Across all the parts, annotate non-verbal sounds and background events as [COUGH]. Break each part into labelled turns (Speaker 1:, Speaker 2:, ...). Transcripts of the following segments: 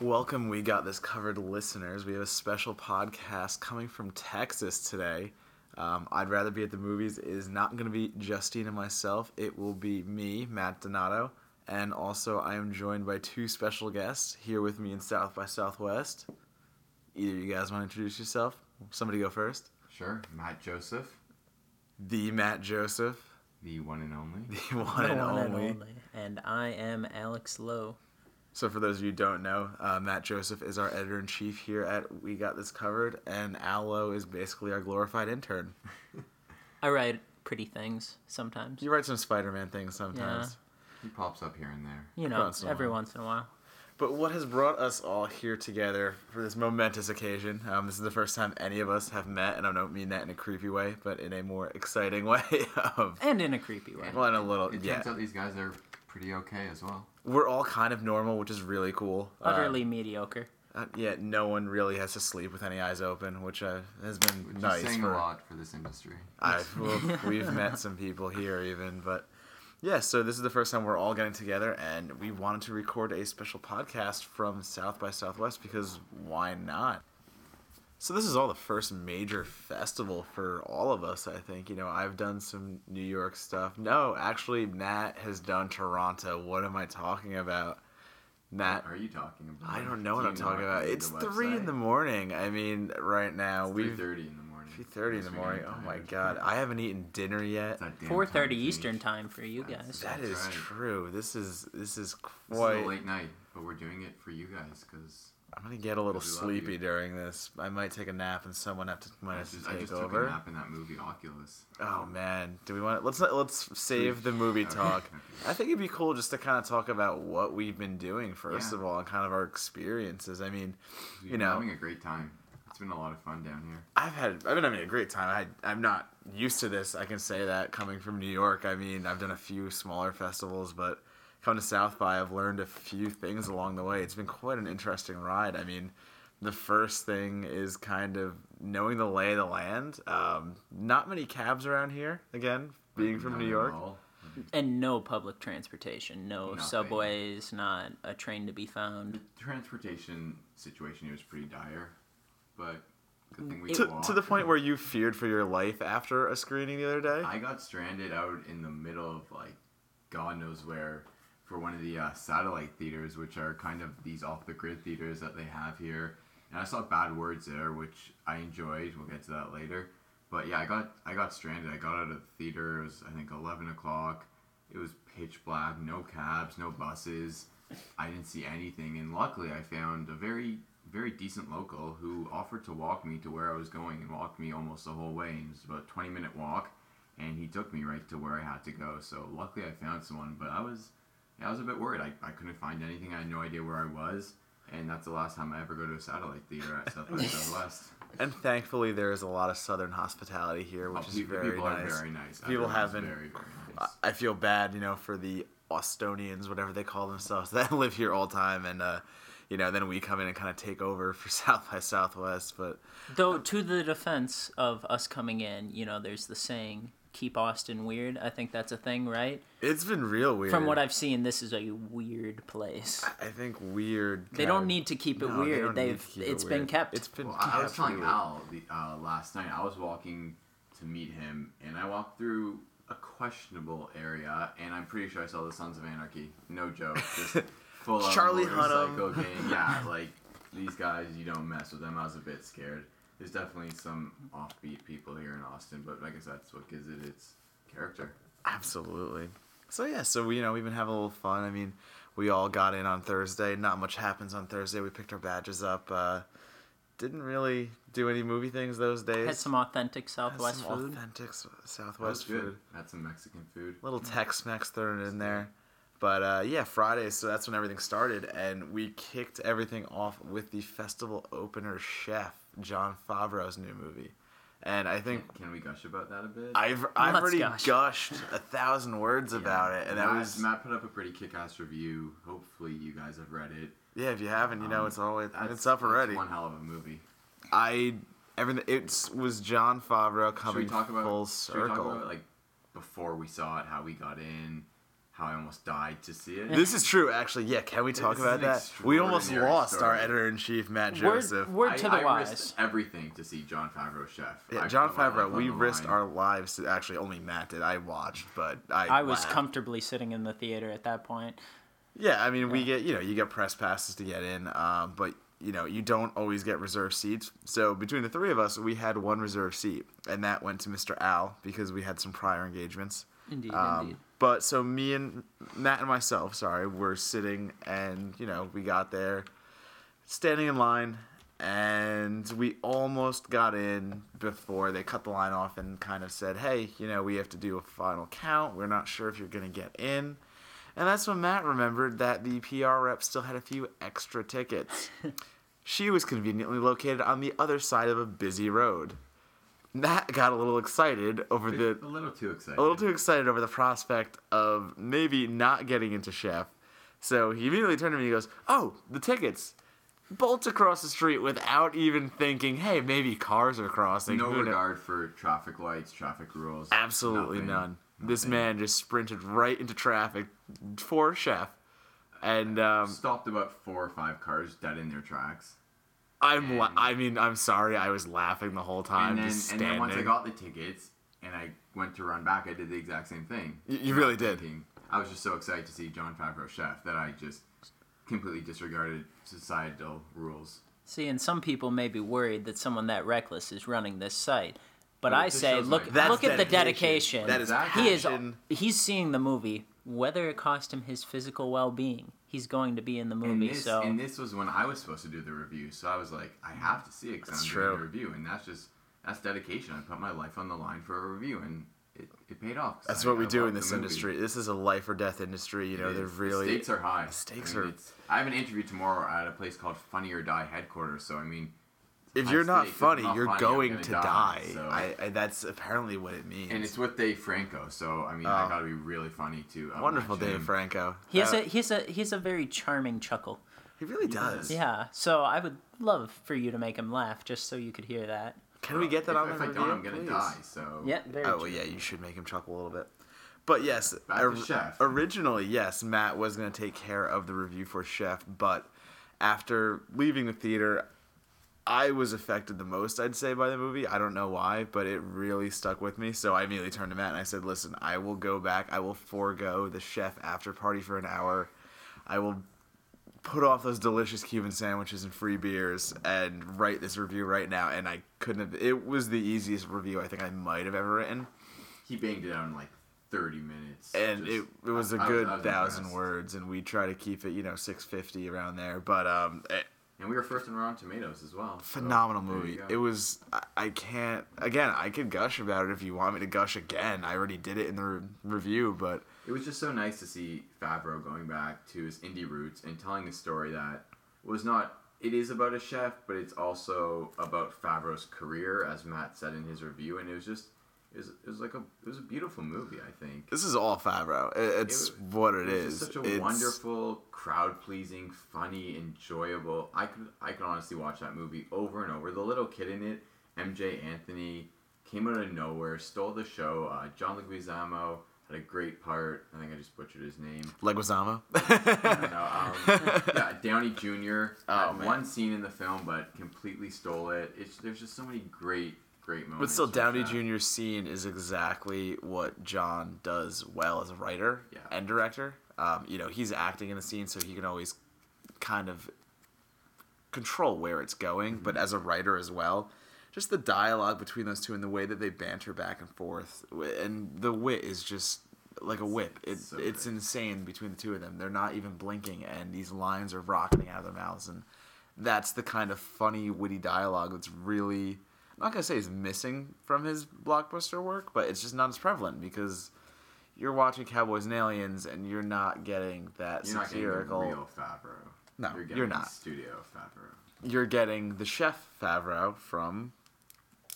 Speaker 1: Welcome, we got this covered, listeners. We have a special podcast coming from Texas today. Um, I'd rather be at the movies is not going to be Justine and myself. It will be me, Matt Donato, and also I am joined by two special guests here with me in South by Southwest. Either you guys want to introduce yourself? Somebody go first.
Speaker 2: Sure, Matt Joseph,
Speaker 1: The Matt Joseph, [LAUGHS]
Speaker 2: the one and only.
Speaker 1: the one,
Speaker 3: The
Speaker 1: and,
Speaker 3: one
Speaker 1: only.
Speaker 3: And I am Alex Lowe.
Speaker 1: So, for those of you who don't know, uh, Matt Joseph is our editor in chief here at We Got This Covered, and Allo is basically our glorified intern.
Speaker 3: I write pretty things sometimes.
Speaker 1: You write some Spider Man things sometimes.
Speaker 2: He pops up here and there.
Speaker 3: You know,
Speaker 1: once in a
Speaker 3: every
Speaker 1: while.
Speaker 3: once in a while.
Speaker 1: But what has brought us all here together for this momentous occasion? Um, this is the first time any of us have met, and I don't mean that in a creepy way, but in a more exciting [LAUGHS] way. Of,
Speaker 3: And in a creepy way.
Speaker 1: well, in a little,
Speaker 2: It
Speaker 1: yeah.
Speaker 2: turns out these guys are pretty okay as well.
Speaker 1: We're all kind of normal, which is really cool. Uh,
Speaker 3: Utterly mediocre.
Speaker 1: uh, yeah, no one really has to sleep with any eyes open, which uh, has been
Speaker 2: Which
Speaker 1: nice.
Speaker 2: is saying
Speaker 1: for,
Speaker 2: a lot for this industry.
Speaker 1: I've, we've,
Speaker 2: [LAUGHS]
Speaker 1: we've met some people here even, but yeah, so this is the first time we're all getting together, and we wanted to record a special podcast from South by Southwest because why not? So this is all the first major festival for all of us, I think. You know, I've done some New York stuff. No, actually, Matt has done Toronto. What am I talking about? Matt,
Speaker 2: Are you talking about?
Speaker 1: I don't know what
Speaker 2: Do
Speaker 1: I'm
Speaker 2: you
Speaker 1: talking
Speaker 2: not
Speaker 1: about.
Speaker 2: read
Speaker 1: It's
Speaker 2: the
Speaker 1: three in
Speaker 2: website?
Speaker 1: the morning. I mean, right now
Speaker 2: It's
Speaker 1: we've
Speaker 2: 3:30 in the morning.
Speaker 1: Three thirty in the
Speaker 2: Unless we
Speaker 1: morning.
Speaker 2: get
Speaker 1: Oh
Speaker 2: tired.
Speaker 1: my god, I haven't eaten dinner yet.
Speaker 2: It's that damn
Speaker 3: Four
Speaker 2: time
Speaker 3: thirty
Speaker 2: to eat.
Speaker 3: Eastern time for you guys.
Speaker 1: That is
Speaker 2: That's right.
Speaker 1: true. This is this is
Speaker 2: This is
Speaker 1: quite.
Speaker 2: a late night, but we're doing it for you guys because
Speaker 1: I'm gonna get a little
Speaker 2: We love you.
Speaker 1: sleepy during this. I might take a nap, and someone have to might
Speaker 2: I
Speaker 1: have to
Speaker 2: just, I
Speaker 1: take
Speaker 2: just took a
Speaker 1: over.
Speaker 2: nap in that movie Oculus.
Speaker 1: Oh man, do we want? Let's not- let's save the movie
Speaker 2: [LAUGHS] Okay.
Speaker 1: talk.
Speaker 2: Okay.
Speaker 1: I think it'd be cool just to kind of talk about what we've been doing first
Speaker 2: Yeah.
Speaker 1: of all, and kind of our experiences. I mean,
Speaker 2: We've
Speaker 1: you
Speaker 2: been
Speaker 1: know,
Speaker 2: having a great time. It's been a lot of fun down here.
Speaker 1: I've had I've been having a great time. I I'm not used to this. I can say that coming from New York. I mean, I've done a few smaller festivals, but coming to South by, I've learned a few things along the way. It's been quite an interesting ride. I mean, the first thing is kind of knowing the lay of the land. Um, not many cabs around here. Again, being
Speaker 2: Not
Speaker 1: from New
Speaker 2: at
Speaker 1: York.
Speaker 2: all.
Speaker 3: And no public transportation. No
Speaker 2: Nothing.
Speaker 3: subways, not a train to be found.
Speaker 2: transportation situation here was pretty dire, but good thing we
Speaker 1: To,
Speaker 2: walked.
Speaker 1: to the point where you feared for your life after a screening the other day.
Speaker 2: I got stranded out in the middle of like God knows where for one of the uh, satellite theaters, which are kind of these off the grid theaters that they have here. And I saw Bad Words there, which I enjoyed. We'll get to that later. But yeah, I got I got stranded. I got out of the theater. It was I think eleven o'clock. It was pitch black. No cabs. No buses. I didn't see anything. And luckily, I found a very very decent local who offered to walk me to where I was going and walked me almost the whole way. And it was about a twenty minute walk and he took me right to where I had to go. So luckily I found someone, but I was I was a bit worried. I, I couldn't find anything. I had no idea where I was, and that's the last time I ever go to a satellite theater at South by Southwest.
Speaker 1: and thankfully, there is a lot of Southern hospitality here, [LAUGHS] which
Speaker 2: Oh,
Speaker 1: is
Speaker 2: pe- the
Speaker 1: very
Speaker 2: people
Speaker 1: nice.
Speaker 2: are very nice.
Speaker 1: People
Speaker 2: Everyone's
Speaker 1: have been-
Speaker 2: very very
Speaker 1: I-
Speaker 2: nice.
Speaker 1: I feel bad, you know, for the Austonians, whatever they call themselves, [LAUGHS] that live here all time, and uh, you know, then we come in and kind of take over for [LAUGHS] South by Southwest. But
Speaker 3: Though to the defense of us coming in, you know, there's the saying, keep Austin weird. I think that's a thing, right?
Speaker 1: it's been real weird.
Speaker 3: From what I've seen, this is a weird place.
Speaker 1: I think weird.
Speaker 3: They
Speaker 1: kind
Speaker 3: don't
Speaker 1: of-
Speaker 3: need to keep it
Speaker 1: No, they
Speaker 3: weird.
Speaker 1: don't need
Speaker 3: They
Speaker 1: to
Speaker 3: have
Speaker 1: keep it
Speaker 3: it's been
Speaker 1: weird.
Speaker 3: kept.
Speaker 1: It's been.
Speaker 2: Well, I, I was
Speaker 1: kept
Speaker 2: telling
Speaker 1: weird.
Speaker 2: Al the, uh, last night. I was walking to meet him, and I walked through a questionable area, and I'm pretty sure I saw the Sons of Anarchy. No joke,
Speaker 1: [LAUGHS]
Speaker 2: just full on
Speaker 1: Charlie
Speaker 2: motorcycle
Speaker 1: Hunnam.
Speaker 2: gang. Yeah, like these guys, you don't mess with them. I was a bit scared. There's definitely some offbeat people here in Austin, but I guess that's what gives it its character.
Speaker 1: Absolutely. So yeah, so we you know we've been having a little fun. I mean, we all got in on Thursday. Not much happens on Thursday. We picked our badges up. Uh, didn't really do any movie things those days.
Speaker 3: Had some authentic
Speaker 1: Had
Speaker 3: Southwest
Speaker 1: some
Speaker 3: food.
Speaker 1: authentic s-
Speaker 2: That was
Speaker 1: Southwest food.
Speaker 2: good. Had some Mexican food.
Speaker 1: little Tex Mex thrown in there. But uh, yeah, Friday, so that's when everything started, and we kicked everything off with the festival opener chef John Favreau's new movie, and I think
Speaker 2: Can we gush about that a bit?
Speaker 1: I've I've
Speaker 3: Let's
Speaker 1: already
Speaker 3: gush.
Speaker 1: gushed a thousand words
Speaker 2: Yeah.
Speaker 1: about it, and that
Speaker 2: Matt,
Speaker 1: was
Speaker 2: Matt put up a pretty kick-ass review. Hopefully, you guys have read it.
Speaker 1: yeah. If you haven't, you know
Speaker 2: Um,
Speaker 1: it's always
Speaker 2: That's-
Speaker 1: it's up
Speaker 2: that's
Speaker 1: already.
Speaker 2: one hell of a movie.
Speaker 1: I everything it was John Favreau
Speaker 2: Should we
Speaker 1: coming
Speaker 2: talk about
Speaker 1: full
Speaker 2: Should we talk
Speaker 1: circle.
Speaker 2: about like before we saw it, how we got in, how I almost died to see it.
Speaker 1: This is true, actually. Yeah, can we talk
Speaker 2: This is
Speaker 1: about
Speaker 2: an
Speaker 1: that? We almost
Speaker 2: extraordinary
Speaker 1: lost our
Speaker 2: story.
Speaker 1: editor in chief, Matt
Speaker 3: Word,
Speaker 1: Joseph.
Speaker 3: word to
Speaker 2: I-
Speaker 3: the
Speaker 2: I risked
Speaker 3: wise.
Speaker 2: everything to see John Favreau chef.
Speaker 1: yeah,
Speaker 2: I
Speaker 1: John
Speaker 2: put my life
Speaker 1: Favreau.
Speaker 2: on
Speaker 1: We
Speaker 2: the
Speaker 1: risked
Speaker 2: line.
Speaker 1: our lives to actually only Matt did. I watched, but I
Speaker 3: I was
Speaker 1: laughed.
Speaker 3: comfortably sitting in the theater at that point.
Speaker 1: Yeah, I mean, we get you know you get press passes to get in, um, but you know you don't always get reserved seats. So between the three of us, we had one reserved seat, and that went to Mr. Al because we had some prior engagements.
Speaker 3: Indeed, indeed.
Speaker 1: Um, But so me and Matt and myself, sorry, were sitting, and you know we got there, standing in line, and we almost got in before they cut the line off and kind of said, "Hey, you know we have to do a final count. We're not sure if you're gonna get in." And that's when Matt remembered that the PR rep still had a few extra tickets.
Speaker 3: [LAUGHS]
Speaker 1: she was conveniently located on the other side of a busy road. Matt got a little excited over
Speaker 3: [LAUGHS]
Speaker 1: the
Speaker 2: A little too excited.
Speaker 1: a little too excited over the prospect of maybe not getting into chef. So he immediately turned to me and he goes, Oh, the tickets. Bolts across the street without even thinking, hey, maybe cars are crossing.
Speaker 2: no
Speaker 1: Who kno-
Speaker 2: regard for traffic lights, traffic rules.
Speaker 1: Absolutely
Speaker 2: nothing.
Speaker 1: none. This
Speaker 2: Nothing.
Speaker 1: man just sprinted right into traffic for chef. And um,
Speaker 2: stopped about four or five cars dead in their tracks.
Speaker 1: I'm, la-
Speaker 2: And-
Speaker 1: I mean, I'm sorry, I was laughing the whole time,
Speaker 2: and then,
Speaker 1: just
Speaker 2: and
Speaker 1: standing.
Speaker 2: then once I got the tickets and I went to run back, I did the exact same thing.
Speaker 1: You- you really
Speaker 2: Not
Speaker 1: did.
Speaker 2: thinking- I was just so excited to see John Favreau chef that I just completely disregarded societal rules.
Speaker 3: See, and some people may be worried that someone that reckless is running this site. But
Speaker 2: But it
Speaker 3: I
Speaker 2: just
Speaker 3: say,
Speaker 2: shows
Speaker 3: look,
Speaker 2: my-
Speaker 1: That's
Speaker 3: look at the
Speaker 1: dedication.
Speaker 3: dedication.
Speaker 1: That is
Speaker 2: Exactly.
Speaker 3: he is
Speaker 1: passion.
Speaker 3: he's seeing the movie, whether it cost him his physical well-being. He's going to be in the
Speaker 2: And
Speaker 3: movie.
Speaker 2: this,
Speaker 3: so
Speaker 2: and this was when I was supposed to do the review, so I was like, I have to see it because
Speaker 1: That's
Speaker 2: I'm doing
Speaker 1: true.
Speaker 2: the review, and that's just that's dedication. I put my life on the line for a review, and it, it paid off. 'cause
Speaker 1: That's
Speaker 2: I-
Speaker 1: what
Speaker 2: I
Speaker 1: we do in
Speaker 2: loved the
Speaker 1: this
Speaker 2: movie.
Speaker 1: industry. This is a life or death industry. You know,
Speaker 2: It
Speaker 1: they're
Speaker 2: is. The
Speaker 1: really
Speaker 2: stakes are high.
Speaker 1: stakes
Speaker 2: I mean,
Speaker 1: are-
Speaker 2: It's, I have an interview tomorrow at a place called Funny or Die headquarters. So I mean,
Speaker 1: if
Speaker 2: high
Speaker 1: you're not
Speaker 2: stakes. If
Speaker 1: funny,
Speaker 2: I'm not
Speaker 1: you're
Speaker 2: funny, I'm
Speaker 1: going
Speaker 2: gonna
Speaker 1: to die.
Speaker 2: die, so-
Speaker 1: I, I, that's apparently what it means.
Speaker 2: and it's with Dave Franco. So I mean,
Speaker 1: Oh.
Speaker 2: I gotta be really funny to uh,
Speaker 1: wonderful,
Speaker 2: match him.
Speaker 1: Dave Franco.
Speaker 3: he has
Speaker 1: Uh,
Speaker 3: a he's a he's a very charming chuckle.
Speaker 1: he really does.
Speaker 2: does.
Speaker 3: Yeah. So I would love for you to make him laugh, just so you could hear that.
Speaker 1: Can we get that
Speaker 2: if,
Speaker 1: on
Speaker 2: If
Speaker 1: the
Speaker 2: I
Speaker 1: review?
Speaker 2: don't, I'm gonna
Speaker 1: please?
Speaker 2: die. So
Speaker 3: Yeah. Very.
Speaker 1: Oh well,
Speaker 3: true.
Speaker 1: yeah, you should make him chuckle a little bit. But yes,
Speaker 2: Back to
Speaker 1: or-
Speaker 2: Chef.
Speaker 1: originally, yes, Matt was going to take care of the review for Chef, but after leaving the theater, I was affected the most, I'd say, by the movie. I don't know why, but it really stuck with me. So I immediately turned to Matt and I said, Listen, I will go back. I will forego the Chef after party for an hour. I will put off those delicious Cuban sandwiches and free beers and write this review right now. And I couldn't have, it was the easiest review I think I might have ever written.
Speaker 2: he banged it out in like 30 minutes.
Speaker 1: and
Speaker 2: Just-
Speaker 1: it, it was a
Speaker 2: I- I
Speaker 1: good
Speaker 2: I was
Speaker 1: thousand
Speaker 2: impressed.
Speaker 1: words and we try to keep it you know 650 around there but um eh,
Speaker 2: And we were first in Rotten Tomatoes as well. so
Speaker 1: phenomenal
Speaker 2: there you
Speaker 1: movie
Speaker 2: go.
Speaker 1: it was I, I can't again i could gush about it if you want me to gush again i already did it in the re- review but
Speaker 2: It was just so nice to see Favreau going back to his indie roots and telling a story that was not. It is about a chef, but it's also about Favreau's career, as Matt said in his review. And it was just, it was, it was like a, it was a beautiful movie. I think
Speaker 1: this is all favreau It- it's
Speaker 2: It-
Speaker 1: what it
Speaker 2: was
Speaker 1: is
Speaker 2: just such a
Speaker 1: It's-
Speaker 2: wonderful, crowd pleasing, funny, enjoyable. I could, I could honestly watch that movie over and over. The little kid in it, MJ Anthony, came out of nowhere, stole the show. Uh, John Leguizamo had a great part. I think I just butchered his name.
Speaker 1: [LAUGHS] leguizamo
Speaker 2: don't know, um, yeah, Downey Jr.
Speaker 1: Oh,
Speaker 2: had
Speaker 1: man.
Speaker 2: one scene in the film, but completely stole it. It's, there's just so many great, great moments.
Speaker 1: but still
Speaker 2: with
Speaker 1: downey
Speaker 2: that.
Speaker 1: jr.'s scene is exactly what john does well as a writer
Speaker 2: Yeah.
Speaker 1: and director um, you know he's acting in the scene so he can always kind of control where it's going, but
Speaker 2: Mm-hmm.
Speaker 1: as a writer as well. Just the dialogue between those two and the way that they banter back and forth, wi- and the wit is just like a whip. It,
Speaker 2: so
Speaker 1: it's
Speaker 2: good.
Speaker 1: insane between the two of them. They're not even blinking, and these lines are rocketing out of their mouths, and that's the kind of funny, witty dialogue that's really. I'm not gonna say is missing from his blockbuster work, but it's just not as prevalent because you're watching Cowboys and Aliens, and you're not getting that
Speaker 2: You're not getting the
Speaker 1: satirical
Speaker 2: real Favreau.
Speaker 1: No,
Speaker 2: you're, getting
Speaker 1: you're
Speaker 2: the
Speaker 1: not.
Speaker 2: Studio Favreau.
Speaker 1: you're getting the chef Favreau from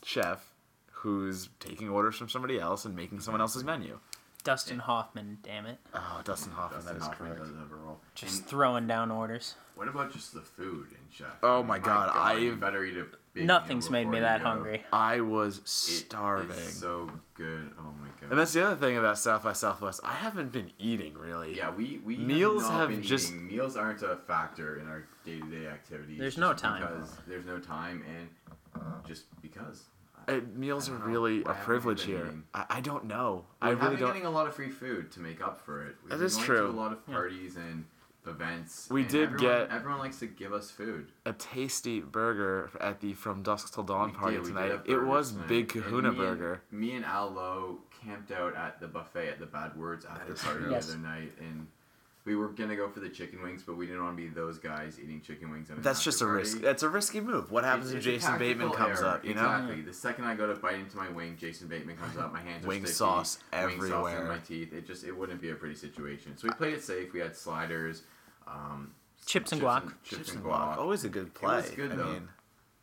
Speaker 1: Chef, who's taking orders from somebody else and making someone else's menu.
Speaker 3: Dustin Hoffman. Damn it.
Speaker 1: Oh, Dustin Hoffman,
Speaker 2: Dustin
Speaker 1: that is
Speaker 2: Hoffman
Speaker 1: correct.
Speaker 2: does have a role.
Speaker 3: Just
Speaker 2: And
Speaker 3: throwing down orders.
Speaker 2: what What about just the food in Chef?
Speaker 1: Oh my God,
Speaker 2: you
Speaker 1: I've-
Speaker 2: better eat a big
Speaker 3: Nothing's
Speaker 2: meal
Speaker 3: made me
Speaker 2: before
Speaker 3: that
Speaker 2: you go.
Speaker 3: hungry.
Speaker 1: I was
Speaker 2: It is
Speaker 1: starving.
Speaker 2: so good. Oh my god.
Speaker 1: and that's the other thing about South by Southwest. I haven't been eating really.
Speaker 2: yeah, we, we
Speaker 1: Meals
Speaker 2: not
Speaker 1: have
Speaker 2: been
Speaker 1: just-
Speaker 2: eating. meals aren't a factor in our day to day activities.
Speaker 3: There's no
Speaker 2: just
Speaker 3: time.
Speaker 2: because there's no time and just because.
Speaker 1: Uh, meals
Speaker 2: I
Speaker 1: are
Speaker 2: don't know.
Speaker 1: really
Speaker 2: Why
Speaker 1: a
Speaker 2: haven't we
Speaker 1: privilege
Speaker 2: been
Speaker 1: here.
Speaker 2: eating?
Speaker 1: I, I don't know. I
Speaker 2: We've
Speaker 1: really
Speaker 2: been
Speaker 1: don't.
Speaker 2: getting a lot of free food to make up for it. We've
Speaker 1: That
Speaker 2: been
Speaker 1: is
Speaker 2: going
Speaker 1: true.
Speaker 2: To a lot of
Speaker 3: Yeah.
Speaker 2: parties and events.
Speaker 1: We
Speaker 2: and
Speaker 1: did
Speaker 2: everyone,
Speaker 1: get-
Speaker 2: Everyone likes to give us food.
Speaker 1: a tasty burger at the From Dusk Till Dawn
Speaker 2: We
Speaker 1: party
Speaker 2: did, we did
Speaker 1: tonight.
Speaker 2: have
Speaker 1: It
Speaker 2: burgers
Speaker 1: was
Speaker 2: tonight.
Speaker 1: Big
Speaker 2: And
Speaker 1: Kahuna
Speaker 2: me and-
Speaker 1: Burger.
Speaker 2: Me and Al Lowe camped out at the buffet at the Bad Words after
Speaker 1: is
Speaker 2: party
Speaker 1: true.
Speaker 2: the
Speaker 3: Yes.
Speaker 2: other night, and we were gonna go for the chicken wings, but we didn't want to be those guys eating chicken wings. At an
Speaker 1: That's
Speaker 2: after
Speaker 1: just a
Speaker 2: party.
Speaker 1: risk. That's a risky move. What happens
Speaker 2: It's-
Speaker 1: if
Speaker 2: it's a
Speaker 1: Jason Bateman
Speaker 2: tactical
Speaker 1: comes
Speaker 2: error.
Speaker 1: up? You know,
Speaker 2: exactly. The second I go to bite into my wing, Jason Bateman comes up. My hands are
Speaker 1: Wing
Speaker 2: sticky,
Speaker 1: sauce
Speaker 2: Wing sauce
Speaker 1: everywhere.
Speaker 2: in my teeth. It just it wouldn't be a pretty situation. So we played it safe. We had sliders, um,
Speaker 3: Chips and guac.
Speaker 2: chips,
Speaker 1: Chips
Speaker 2: and
Speaker 1: and
Speaker 2: guac.
Speaker 1: guac. Oh, Always a good play.
Speaker 2: was good,
Speaker 1: I
Speaker 2: though.
Speaker 1: mean,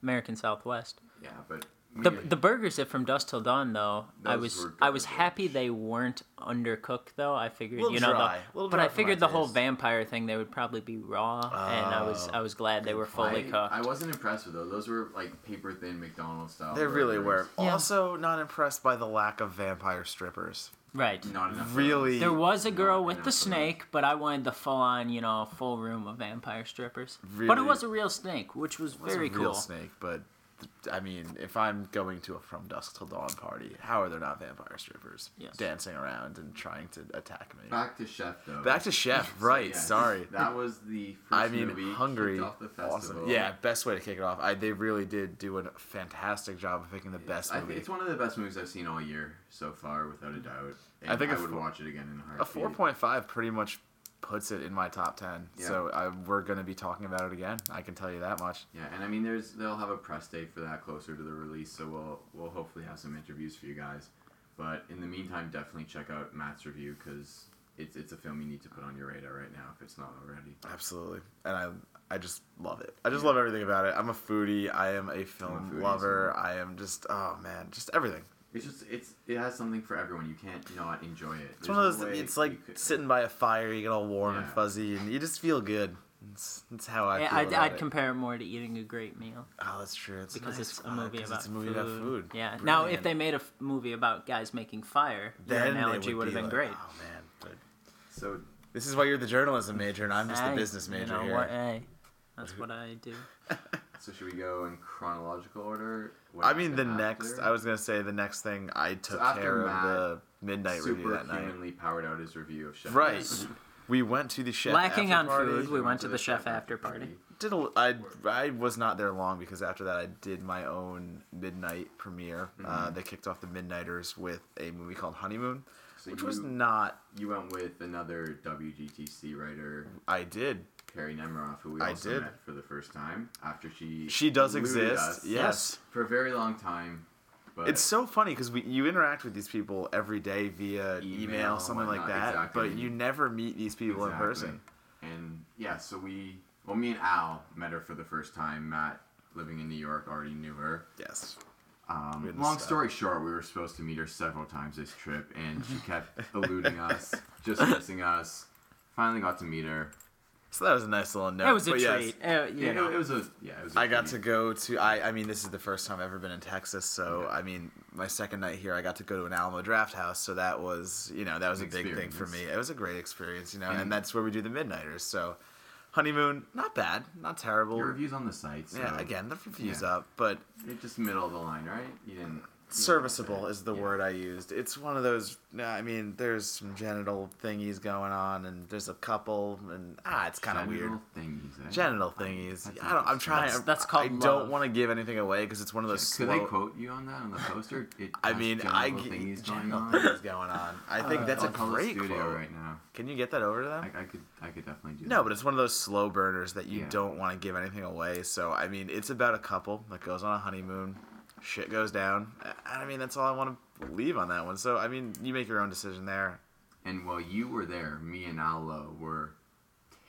Speaker 3: American Southwest.
Speaker 2: Yeah, but
Speaker 3: The,
Speaker 2: we-
Speaker 3: the burgers at From Dusk Till Dawn though, I
Speaker 2: Those
Speaker 3: was
Speaker 2: were
Speaker 3: I was
Speaker 2: good.
Speaker 3: happy they weren't undercooked though. I figured
Speaker 1: Little
Speaker 3: you know,
Speaker 1: dry.
Speaker 3: the,
Speaker 1: Little
Speaker 3: but
Speaker 1: dry
Speaker 3: I
Speaker 1: for my
Speaker 3: figured the whole
Speaker 1: taste.
Speaker 3: vampire thing they would probably be raw, and I was
Speaker 1: Oh.
Speaker 3: I was glad they were fully
Speaker 2: I,
Speaker 3: cooked.
Speaker 2: I wasn't impressed with those. Those were like paper thin McDonald's style.
Speaker 1: they really were.
Speaker 2: burgers.
Speaker 3: Yeah.
Speaker 1: Also, not impressed by the lack of vampire strippers.
Speaker 3: right.
Speaker 2: Not enough.
Speaker 1: Really-
Speaker 3: There was a girl
Speaker 2: Not
Speaker 3: with
Speaker 2: enough
Speaker 3: the
Speaker 2: of
Speaker 3: snake, but I wanted the full on, you know, full room of vampire strippers. But it
Speaker 1: Really?
Speaker 3: was a real snake, which was
Speaker 1: It's
Speaker 3: very
Speaker 1: a real
Speaker 3: cool.
Speaker 1: snake, but th- I mean, if I'm going to a From Dusk Till Dawn party, how are there not vampire strippers
Speaker 3: Yes.
Speaker 1: dancing around and trying to attack me?
Speaker 2: Back to chef though.
Speaker 1: Back to
Speaker 2: [LAUGHS]
Speaker 1: chef, right?
Speaker 2: Yes.
Speaker 1: Sorry.
Speaker 2: That was the first
Speaker 1: I mean,
Speaker 2: movie
Speaker 1: hungry,
Speaker 2: kicked off the festival.
Speaker 1: awesome. Yeah, best way to kick it off. I, they really did do a fantastic job of picking the best
Speaker 2: I
Speaker 1: movie.
Speaker 2: think it's one of the best movies I've seen all year so far, without a doubt. And
Speaker 1: I
Speaker 2: I
Speaker 1: think
Speaker 2: think
Speaker 1: a
Speaker 2: I would
Speaker 1: four-
Speaker 2: watch it again in a heartbeat.
Speaker 1: a four point five pretty much puts it in my top ten.
Speaker 2: Yeah.
Speaker 1: So I, we're going to be talking about it again. I can tell you that much.
Speaker 2: Yeah, and I mean, there's they'll have a press day for that closer to the release, so we'll we'll hopefully have some interviews for you guys. But in the meantime, definitely check out Matt's review because it's it's a film you need to put on your radar right now if it's not already.
Speaker 1: Absolutely, and I I just love it. I just love everything about it. I'm a foodie. I am a film
Speaker 2: foodie as
Speaker 1: lover. I am just oh man, just everything.
Speaker 2: It's just it's it has something for everyone. You can't not enjoy it.
Speaker 1: It's one of those. It's like sitting by a fire. You get all warm and
Speaker 2: Yeah.
Speaker 1: fuzzy, and you just feel good. It's, it's how I feel.
Speaker 3: Yeah, I'd,
Speaker 1: about
Speaker 3: I'd
Speaker 1: it.
Speaker 3: compare it more to eating a great meal
Speaker 1: Oh, that's true. It's
Speaker 3: because
Speaker 1: nice.
Speaker 3: it's a
Speaker 1: Ah,
Speaker 3: movie
Speaker 1: 'cause
Speaker 3: about
Speaker 1: it's a movie
Speaker 3: food.
Speaker 1: about food.
Speaker 3: Yeah. Now, if
Speaker 1: Brilliant.
Speaker 3: they made a f- movie about guys making fire, your
Speaker 1: Then they
Speaker 3: analogy would have
Speaker 1: be
Speaker 3: been
Speaker 1: like,
Speaker 3: great.
Speaker 1: Oh man, but
Speaker 2: So
Speaker 1: this is why you're the journalism major and I'm just
Speaker 3: Hey,
Speaker 1: the business
Speaker 3: you
Speaker 1: major
Speaker 3: know
Speaker 1: here.
Speaker 3: what? Hey, that's what I do.
Speaker 2: so should we go in chronological order? What
Speaker 1: I mean, the
Speaker 2: happened
Speaker 1: next.
Speaker 2: after?
Speaker 1: I was gonna say the next thing I took
Speaker 2: after
Speaker 1: care
Speaker 2: Matt,
Speaker 1: of the midnight review that night.
Speaker 2: superhumanly powered out his review of Chef.
Speaker 1: Right. We went to the chef.
Speaker 3: Lacking on
Speaker 1: after party.
Speaker 3: food, [LAUGHS] we went to the chef after party.
Speaker 1: Did a, I, I was not there long because after that I did my own midnight premiere. Uh,
Speaker 2: Mm-hmm.
Speaker 1: they kicked off the Midnighters with a movie called Honeymoon,
Speaker 2: So
Speaker 1: which
Speaker 2: you,
Speaker 1: was not.
Speaker 2: you went with another WGTC writer,
Speaker 1: I did.
Speaker 2: Carrie Nemiroff, who we
Speaker 1: I
Speaker 2: also
Speaker 1: did.
Speaker 2: met for the first time after she
Speaker 1: She does
Speaker 2: eluded
Speaker 1: exist,
Speaker 2: us
Speaker 1: yes.
Speaker 2: for a very long time. But
Speaker 1: It's so funny because we you interact with these people every day via email,
Speaker 2: Email,
Speaker 1: something like
Speaker 2: whatnot,
Speaker 1: that,
Speaker 2: exactly.
Speaker 1: but you never meet these people
Speaker 2: Exactly.
Speaker 1: in person.
Speaker 2: And yeah, so we well, me and Al met her for the first time. Matt, living in New York, already knew her.
Speaker 1: Yes. We
Speaker 2: Um,
Speaker 1: had to
Speaker 2: long
Speaker 1: stop.
Speaker 2: story short, we were supposed to meet her several times this trip,
Speaker 1: [LAUGHS]
Speaker 2: and she kept eluding us, just missing us. Finally, got to meet her.
Speaker 1: So that was a nice little note.
Speaker 3: It was a
Speaker 1: but yes,
Speaker 3: treat. Uh, you
Speaker 2: Yeah,
Speaker 3: know.
Speaker 2: it, it was a yeah. It was a
Speaker 1: I got to
Speaker 2: pretty-
Speaker 1: go to I I mean this is the first time I've ever been in Texas, so I mean my second night here I got to go to an Alamo Draft House, so that was you know that was a
Speaker 2: An
Speaker 1: big thing for me.
Speaker 2: experience.
Speaker 1: It was a great experience, you know, and,
Speaker 2: And-
Speaker 1: that's where we do the Midnighters. So honeymoon, not bad, not terrible.
Speaker 2: your reviews on the site. So
Speaker 1: yeah, again the reviews
Speaker 2: yeah.
Speaker 1: up, but
Speaker 2: it's just middle of the line, right? You didn't you didn't
Speaker 1: serviceable
Speaker 2: say-
Speaker 1: is the
Speaker 2: yeah.
Speaker 1: word I used. It's one of those. nah, I mean, there's some genital thingies going on, and there's a couple, and ah, it's kind of
Speaker 2: Genital
Speaker 1: weird.
Speaker 2: Thingies, eh?
Speaker 1: Genital thingies.
Speaker 2: That's
Speaker 1: I don't. I'm trying.
Speaker 3: That's- that's called
Speaker 1: I don't
Speaker 3: love.
Speaker 1: want to give anything away because it's one of
Speaker 2: Could
Speaker 1: those.
Speaker 2: they
Speaker 1: slow-
Speaker 2: quote you on that on the poster? It
Speaker 1: I
Speaker 2: has
Speaker 1: mean,
Speaker 2: genital
Speaker 1: I
Speaker 2: thingies
Speaker 1: get
Speaker 2: going
Speaker 1: genital [LAUGHS]
Speaker 2: on.
Speaker 1: things going on. I think that's a
Speaker 2: I'll tell the
Speaker 1: great
Speaker 2: studio
Speaker 1: quote.
Speaker 2: right now.
Speaker 1: Can you get that over to
Speaker 2: I,
Speaker 1: them?
Speaker 2: I could, I could definitely do that.
Speaker 1: No, but it's one of those slow burners that you
Speaker 2: Yeah.
Speaker 1: don't want to give anything away. So I mean, it's about a couple that goes on a honeymoon. Shit goes down. And I mean, that's all I want to leave on that one. So I mean, you make your own decision there.
Speaker 2: And while you were there, me and Allo were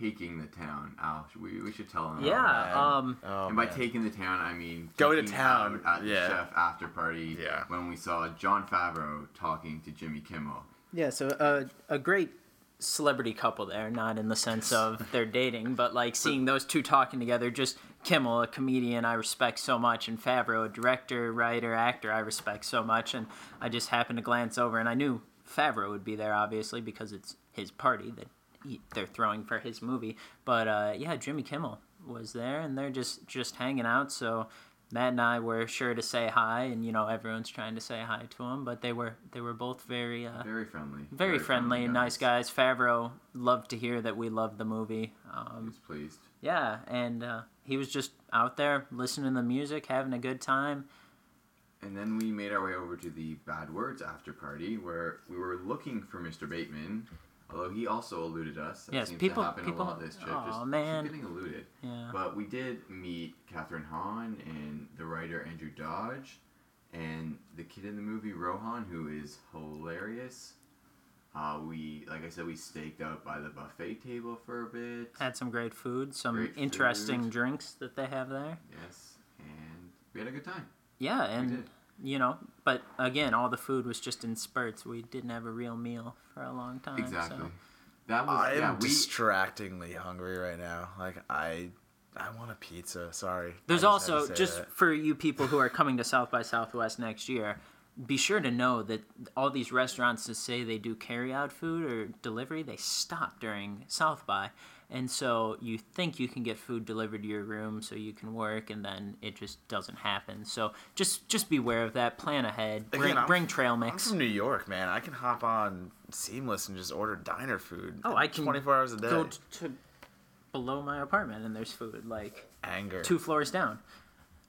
Speaker 2: taking the town. Al, sh- we, we should tell him.
Speaker 3: Yeah,
Speaker 1: man.
Speaker 3: um,
Speaker 1: Oh,
Speaker 2: and by
Speaker 1: man.
Speaker 2: taking the town, I mean
Speaker 1: Go to
Speaker 2: geeking
Speaker 1: town,
Speaker 2: out at
Speaker 1: yeah.
Speaker 2: the chef after party.
Speaker 1: Yeah.
Speaker 2: When we saw John Favreau talking to Jimmy Kimmel.
Speaker 3: Yeah, so uh, a great celebrity couple there, not in the sense of they're dating, but like seeing those two talking together. Just Kimmel, a comedian I respect so much, and Favreau, a director, writer, actor I respect so much. And I just happened to glance over, and I knew Favreau would be there, obviously, because it's his party that he, they're throwing for his movie. But uh, yeah, Jimmy Kimmel was there, and they're just just hanging out. So. Matt and I were sure to say hi, and you know everyone's trying to say hi to him, but they were they were both very uh,
Speaker 2: Very friendly.
Speaker 3: very, friendly, nice guys. Favreau loved to hear that we loved the movie.
Speaker 2: He
Speaker 3: Um,
Speaker 2: was pleased.
Speaker 3: yeah, and uh, he was just out there listening to the music, having a good time.
Speaker 2: And then we made our way over to the Bad Words after party, where we were looking for Mr. Bateman, although he also eluded us. That
Speaker 3: Yes,
Speaker 2: seems
Speaker 3: people-
Speaker 2: to happen
Speaker 3: people-
Speaker 2: a lot this trip.
Speaker 3: Aw,
Speaker 2: just keep
Speaker 3: man.
Speaker 2: getting eluded.
Speaker 3: Yeah.
Speaker 2: But we did meet Catherine Hahn and the writer Andrew Dodge, and the kid in the movie Rohan, who is hilarious. Uh, we, like I said, we staked out by the buffet table for a bit.
Speaker 3: Had some great food, some
Speaker 2: Great
Speaker 3: interesting
Speaker 2: food.
Speaker 3: drinks that they have there.
Speaker 2: Yes, and we had a good time.
Speaker 3: Yeah,
Speaker 2: we
Speaker 3: and
Speaker 2: did.
Speaker 3: you know, but again, all the food was just in spurts. We didn't have a real meal for a long time.
Speaker 2: Exactly.
Speaker 3: So.
Speaker 2: That was
Speaker 1: I am
Speaker 2: yeah. We
Speaker 1: distractingly hungry right now. Like I, I want a pizza. Sorry.
Speaker 3: There's
Speaker 1: I just had to
Speaker 3: also
Speaker 1: say
Speaker 3: just
Speaker 1: that.
Speaker 3: for you people who are coming to South by Southwest next year, be sure to know that all these restaurants that say they do carryout food or delivery, they stop during South by. And so you think you can get food delivered to your room so you can work and then it just doesn't happen. So just just beware of that, plan ahead, bring,
Speaker 1: Again, I'm-
Speaker 3: bring trail
Speaker 1: I'm
Speaker 3: mix.
Speaker 1: from New York, man. I can hop on Seamless and just order diner food.
Speaker 3: Oh, I can
Speaker 1: 24 hours a day.
Speaker 3: Go t- to below my apartment and there's food like
Speaker 1: Anger.
Speaker 3: two floors down.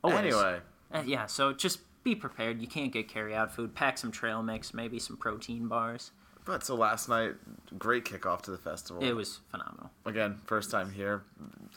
Speaker 3: Always.
Speaker 1: anyway,
Speaker 3: Uh, yeah, so just be prepared. You can't get carryout food. Pack some trail mix, maybe some protein bars.
Speaker 1: but so last night, great kickoff to the festival.
Speaker 3: It was phenomenal.
Speaker 1: Again, first time here.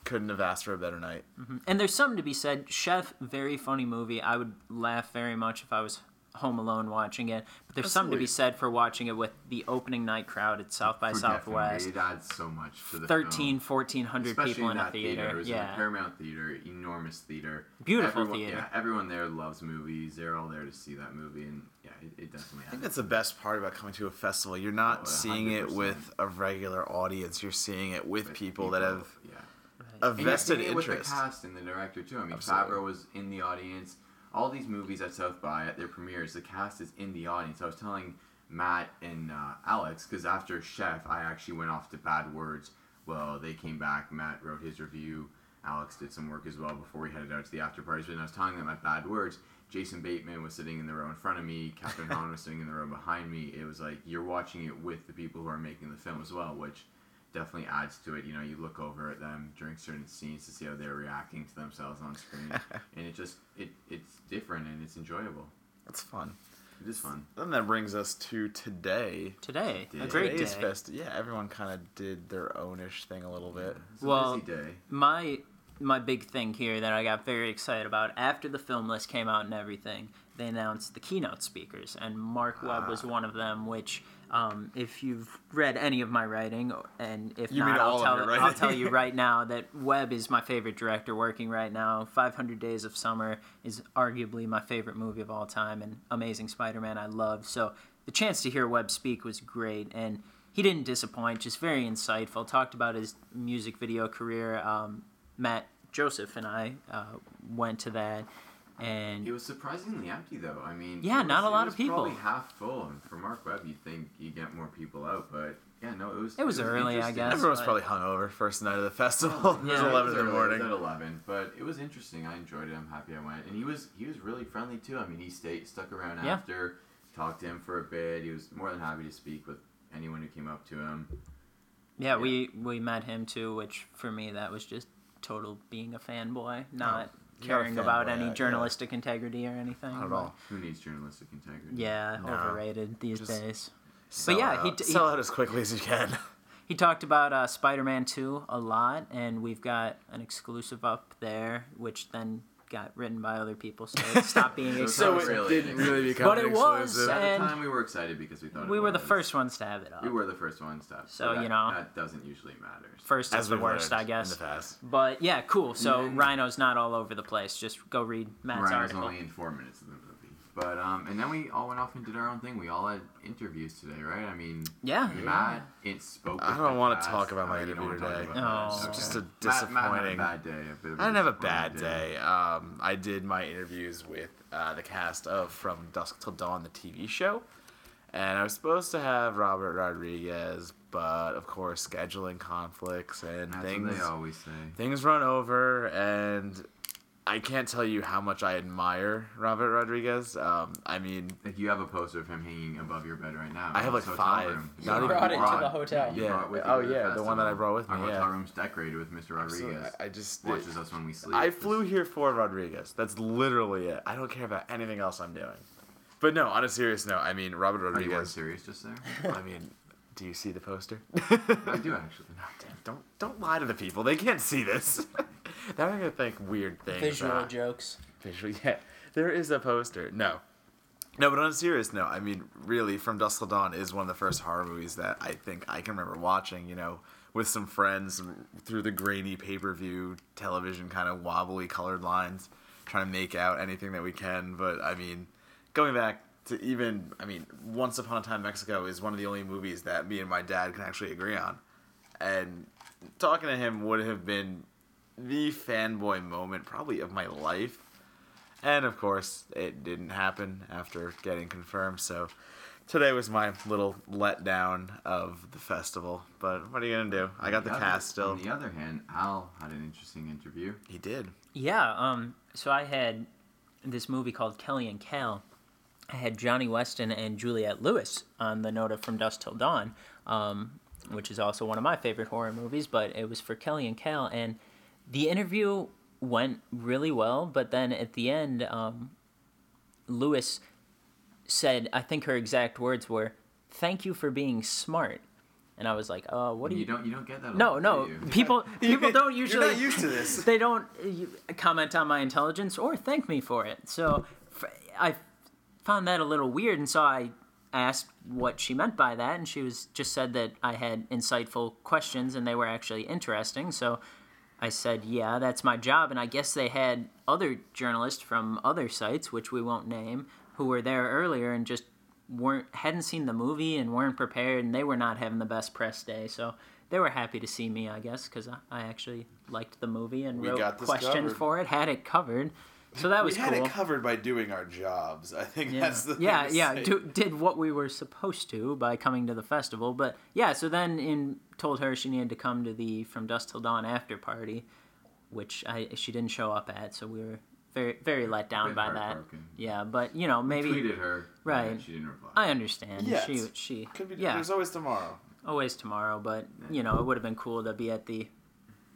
Speaker 1: Couldn't have asked for a better night.
Speaker 3: And there's something to be said. Chef, very funny movie. I would laugh very much if I was home alone watching it. But there's something to
Speaker 1: Absolutely.
Speaker 3: be said for watching it with the opening night crowd at South by
Speaker 2: for
Speaker 3: Southwest.
Speaker 2: definitely, It adds so much to the
Speaker 3: 13,
Speaker 2: film.
Speaker 3: 1400
Speaker 2: Especially
Speaker 3: people in a
Speaker 2: that
Speaker 3: theater.
Speaker 2: It was in the
Speaker 3: Yeah.
Speaker 2: Paramount Theater, enormous theater.
Speaker 3: Beautiful
Speaker 2: everyone,
Speaker 3: theater.
Speaker 2: Yeah, everyone there loves movies. They're all there to see that movie, and yeah, it, it definitely.
Speaker 1: I think that's the best part about coming to a festival. You're not
Speaker 2: Oh,
Speaker 1: seeing it
Speaker 2: 100%.
Speaker 1: with a regular audience. You're seeing it with people that have
Speaker 2: yeah.
Speaker 1: a
Speaker 2: And you're
Speaker 1: vested
Speaker 2: seeing it With the
Speaker 1: interest.
Speaker 2: cast and the director too. I mean,
Speaker 1: Absolutely.
Speaker 2: Favreau was in the audience. All these movies at South by at their premieres, the cast is in the audience. I was telling Matt and uh, Alex because after Chef, I actually went off to Bad Words. Well, they came back. Matt wrote his review. Alex did some work as well before we headed out to the after parties. And I was telling them at Bad Words, Jason Bateman was sitting in the row in front of me.
Speaker 1: [LAUGHS]
Speaker 2: Catherine Hahn was sitting in the row behind me. It was like you're watching it with the people who are making the film as well, which definitely adds to it. You know, you look over at them during certain scenes to see how they're reacting to themselves on
Speaker 3: [LAUGHS]
Speaker 2: screen, and it just it it's different and it's enjoyable.
Speaker 1: It's fun.
Speaker 2: It is fun.
Speaker 1: Then that brings us to today.
Speaker 3: Today, a
Speaker 2: Today's
Speaker 3: great day.
Speaker 1: Today's fest. Yeah, everyone kind of did their ownish thing a little bit.
Speaker 2: It's a
Speaker 3: Well-
Speaker 2: busy day.
Speaker 3: my my big thing here that I got very excited about after the film list came out and everything, they announced the keynote speakers, and Mark Webb was one of them. Which, um, if you've read any of my writing, and if
Speaker 1: You
Speaker 3: not,
Speaker 1: mean all
Speaker 3: I'll
Speaker 1: of
Speaker 3: tell
Speaker 1: your writing? [LAUGHS]
Speaker 3: I'll tell you right now that Webb is my favorite director working right now. Five Hundred Days of Summer is arguably my favorite movie of all time, and Amazing Spider-Man I love. So the chance to hear Webb speak was great, and he didn't disappoint. Just very insightful. Talked about his music video career. Um, Matt Joseph and I uh, went to that,
Speaker 2: It
Speaker 3: and
Speaker 2: was surprisingly empty though. I mean,
Speaker 3: Yeah,
Speaker 2: it was-
Speaker 3: not a
Speaker 2: it
Speaker 3: lot
Speaker 2: was
Speaker 3: of people.
Speaker 2: Probably half full. And for Mark Webb, you think you get more people out, but yeah, no, it was.
Speaker 3: It was early, I
Speaker 2: interesting.
Speaker 3: guess.
Speaker 1: Everyone's
Speaker 3: but-
Speaker 1: probably hungover first night of the
Speaker 2: Oh,
Speaker 1: festival. [LAUGHS] it was
Speaker 3: Yeah.
Speaker 1: eleven in the
Speaker 2: early, It was
Speaker 1: morning.
Speaker 2: at eleven, but it was interesting. I enjoyed it. I'm happy I went. And he was he was really friendly too. I mean, he stayed stuck around
Speaker 3: Yeah.
Speaker 2: after, talked to him for a bit. He was more than happy to speak with anyone who came up to him.
Speaker 3: yeah, we we met him too, which for me that was just total being a fanboy, not.
Speaker 1: you gotta
Speaker 3: Caring about
Speaker 1: fanboy out,
Speaker 3: any
Speaker 1: yeah.
Speaker 3: journalistic integrity or anything.
Speaker 1: Not at
Speaker 3: but-
Speaker 1: all.
Speaker 2: Who needs journalistic integrity?
Speaker 3: Yeah,
Speaker 1: Nah.
Speaker 3: overrated these
Speaker 1: Just-
Speaker 3: days.
Speaker 1: Sell
Speaker 3: yeah, he
Speaker 1: out.
Speaker 3: d- he-
Speaker 1: sell out as quickly as you
Speaker 3: [LAUGHS]
Speaker 1: can.
Speaker 3: He talked about uh, Spider-Man 2 a lot, and we've got an exclusive up there, which then got written by other
Speaker 1: [LAUGHS]
Speaker 3: people, so it stopped being
Speaker 2: So So
Speaker 3: exclusive.
Speaker 2: it really- didn't really
Speaker 1: become
Speaker 3: But it was,
Speaker 2: At
Speaker 3: And-
Speaker 2: the time, we were excited because we thought
Speaker 3: We
Speaker 2: it
Speaker 3: were the
Speaker 2: was.
Speaker 3: first ones to have it up.
Speaker 2: We were the first one stuff.
Speaker 3: So,
Speaker 2: that,
Speaker 3: you know.
Speaker 2: that doesn't usually matter.
Speaker 3: First is the
Speaker 1: we've
Speaker 3: worst,
Speaker 1: learned
Speaker 3: I guess.
Speaker 1: In the past.
Speaker 3: But yeah, cool. So
Speaker 2: Yeah.
Speaker 3: Rhino's not all over the place. Just go read Matt's
Speaker 2: Ryan was
Speaker 3: article.
Speaker 2: only in four minutes of the movie. But um, and then we all went off and did our own thing. We all had interviews today, right? I mean,
Speaker 3: Yeah.
Speaker 2: Matt it spoke.
Speaker 1: I
Speaker 2: with
Speaker 1: don't
Speaker 2: the
Speaker 1: wanna
Speaker 2: class.
Speaker 1: talk about my
Speaker 2: Oh, you don't
Speaker 1: interview
Speaker 2: wanna
Speaker 1: today.
Speaker 2: talk about
Speaker 3: No.
Speaker 2: that.
Speaker 3: It's
Speaker 1: just a
Speaker 2: Matt, Matt had
Speaker 1: disappointing-
Speaker 2: a bad day. A bit of
Speaker 1: I didn't have a bad
Speaker 2: disappointing
Speaker 1: day. Um, I did my interviews with uh, the cast of From Dusk Till Dawn, the TV show. And I was supposed to have Robert Rodriguez, but of course, scheduling conflicts and
Speaker 2: That's
Speaker 1: things
Speaker 2: what they always say.
Speaker 1: things run over and I can't tell you how much I admire Robert Rodriguez. Um, I mean,
Speaker 2: Like you have a poster of him hanging above your bed right now.
Speaker 1: I have, like,
Speaker 2: His hotel
Speaker 1: five.
Speaker 2: room.
Speaker 1: Not
Speaker 2: You
Speaker 1: even
Speaker 2: brought it
Speaker 3: one.
Speaker 2: to the hotel. You
Speaker 1: Yeah.
Speaker 2: brought it with you
Speaker 1: Oh,
Speaker 2: to the
Speaker 1: yeah, the one that I
Speaker 2: festival.
Speaker 1: brought with
Speaker 2: Our
Speaker 1: me,
Speaker 2: hotel
Speaker 1: yeah.
Speaker 2: room's decorated with Mr. Rodriguez.
Speaker 1: I just
Speaker 2: Watches us when we sleep.
Speaker 1: I flew here for Rodriguez. That's literally it. I don't care about anything else I'm doing. But no, on a serious note, I mean Robert
Speaker 2: Are you guys
Speaker 1: Rodriguez.
Speaker 2: serious just
Speaker 1: [LAUGHS]
Speaker 2: there?
Speaker 1: I mean, do you see the poster? [LAUGHS]
Speaker 2: I do actually.
Speaker 1: Damn, don't don't lie to the people. They can't see this. [LAUGHS] They're gonna think weird things.
Speaker 3: Visual
Speaker 1: uh,
Speaker 3: jokes.
Speaker 1: Visual, [LAUGHS] yeah. There is a poster. No. No, but on a serious note, I mean, really, From Dusk Till Dawn is one of the first horror movies that I think I can remember watching, you know, with some friends through the grainy pay per view television kind of wobbly colored lines, trying to make out anything that we can. But I mean, going back to even, I mean, Once Upon a Time Mexico is one of the only movies that me and my dad can actually agree on. And talking to him would have been the fanboy moment probably of my life. And of course, it didn't happen after getting confirmed. So today was my little letdown of the festival. But what are you going to do? [LAUGHS] I got the
Speaker 2: other-
Speaker 1: cast still.
Speaker 2: On the other hand, Al had an interesting interview.
Speaker 1: He did.
Speaker 3: Yeah. Um. So I had this movie called Kelly and Cal. I had Johnny Weston and Juliette Lewis on the note of From Dusk Till Dawn, um, which is also one of my favorite horror movies. But it was for Kelly and Cal, and the interview went really well. But then at the end, um, Lewis said, I think her exact words were, "Thank you for being smart." And I was like, "Uh, what do
Speaker 2: You
Speaker 3: you?"
Speaker 2: don't you don't get that. a
Speaker 3: No,
Speaker 2: lot,
Speaker 3: no.
Speaker 2: do you?
Speaker 3: People, people don't
Speaker 1: You're
Speaker 3: usually.
Speaker 1: not used to this.
Speaker 3: [LAUGHS] they don't uh, you- comment on my intelligence or thank me for it. So f- I found that a little weird, and so I asked what she meant by that, and she was just said that I had insightful questions and they were actually interesting. So I said, "Yeah, that's my job," and I guess they had other journalists from other sites, which we won't name, who were there earlier and just weren't hadn't seen the movie and weren't prepared, and they were not having the best press day, so. They were happy to see me, I guess, because I I actually liked the movie and
Speaker 1: We
Speaker 3: wrote
Speaker 1: got this
Speaker 3: questions
Speaker 1: covered.
Speaker 3: for it, had it covered. So that was
Speaker 1: we had
Speaker 3: cool.
Speaker 1: it covered by doing our jobs. I think
Speaker 3: Yeah,
Speaker 1: that's the thing
Speaker 3: yeah,
Speaker 1: to
Speaker 3: yeah.
Speaker 1: say.
Speaker 3: Do, did what we were supposed to by coming to the festival, but yeah. So then, in told her she needed to come to the From Dusk Till Dawn after party, which I she didn't show up at. So we were very very let down
Speaker 2: Bit
Speaker 3: by that.
Speaker 2: heartbroken.
Speaker 3: Yeah, but you know maybe
Speaker 2: tweeted her.
Speaker 3: Right.
Speaker 2: and She didn't reply.
Speaker 3: I understand.
Speaker 1: Yeah,
Speaker 3: she
Speaker 1: it's-
Speaker 3: she
Speaker 1: Could be,
Speaker 3: yeah
Speaker 1: There's always tomorrow
Speaker 3: always tomorrow, but you know it would have been cool to be at the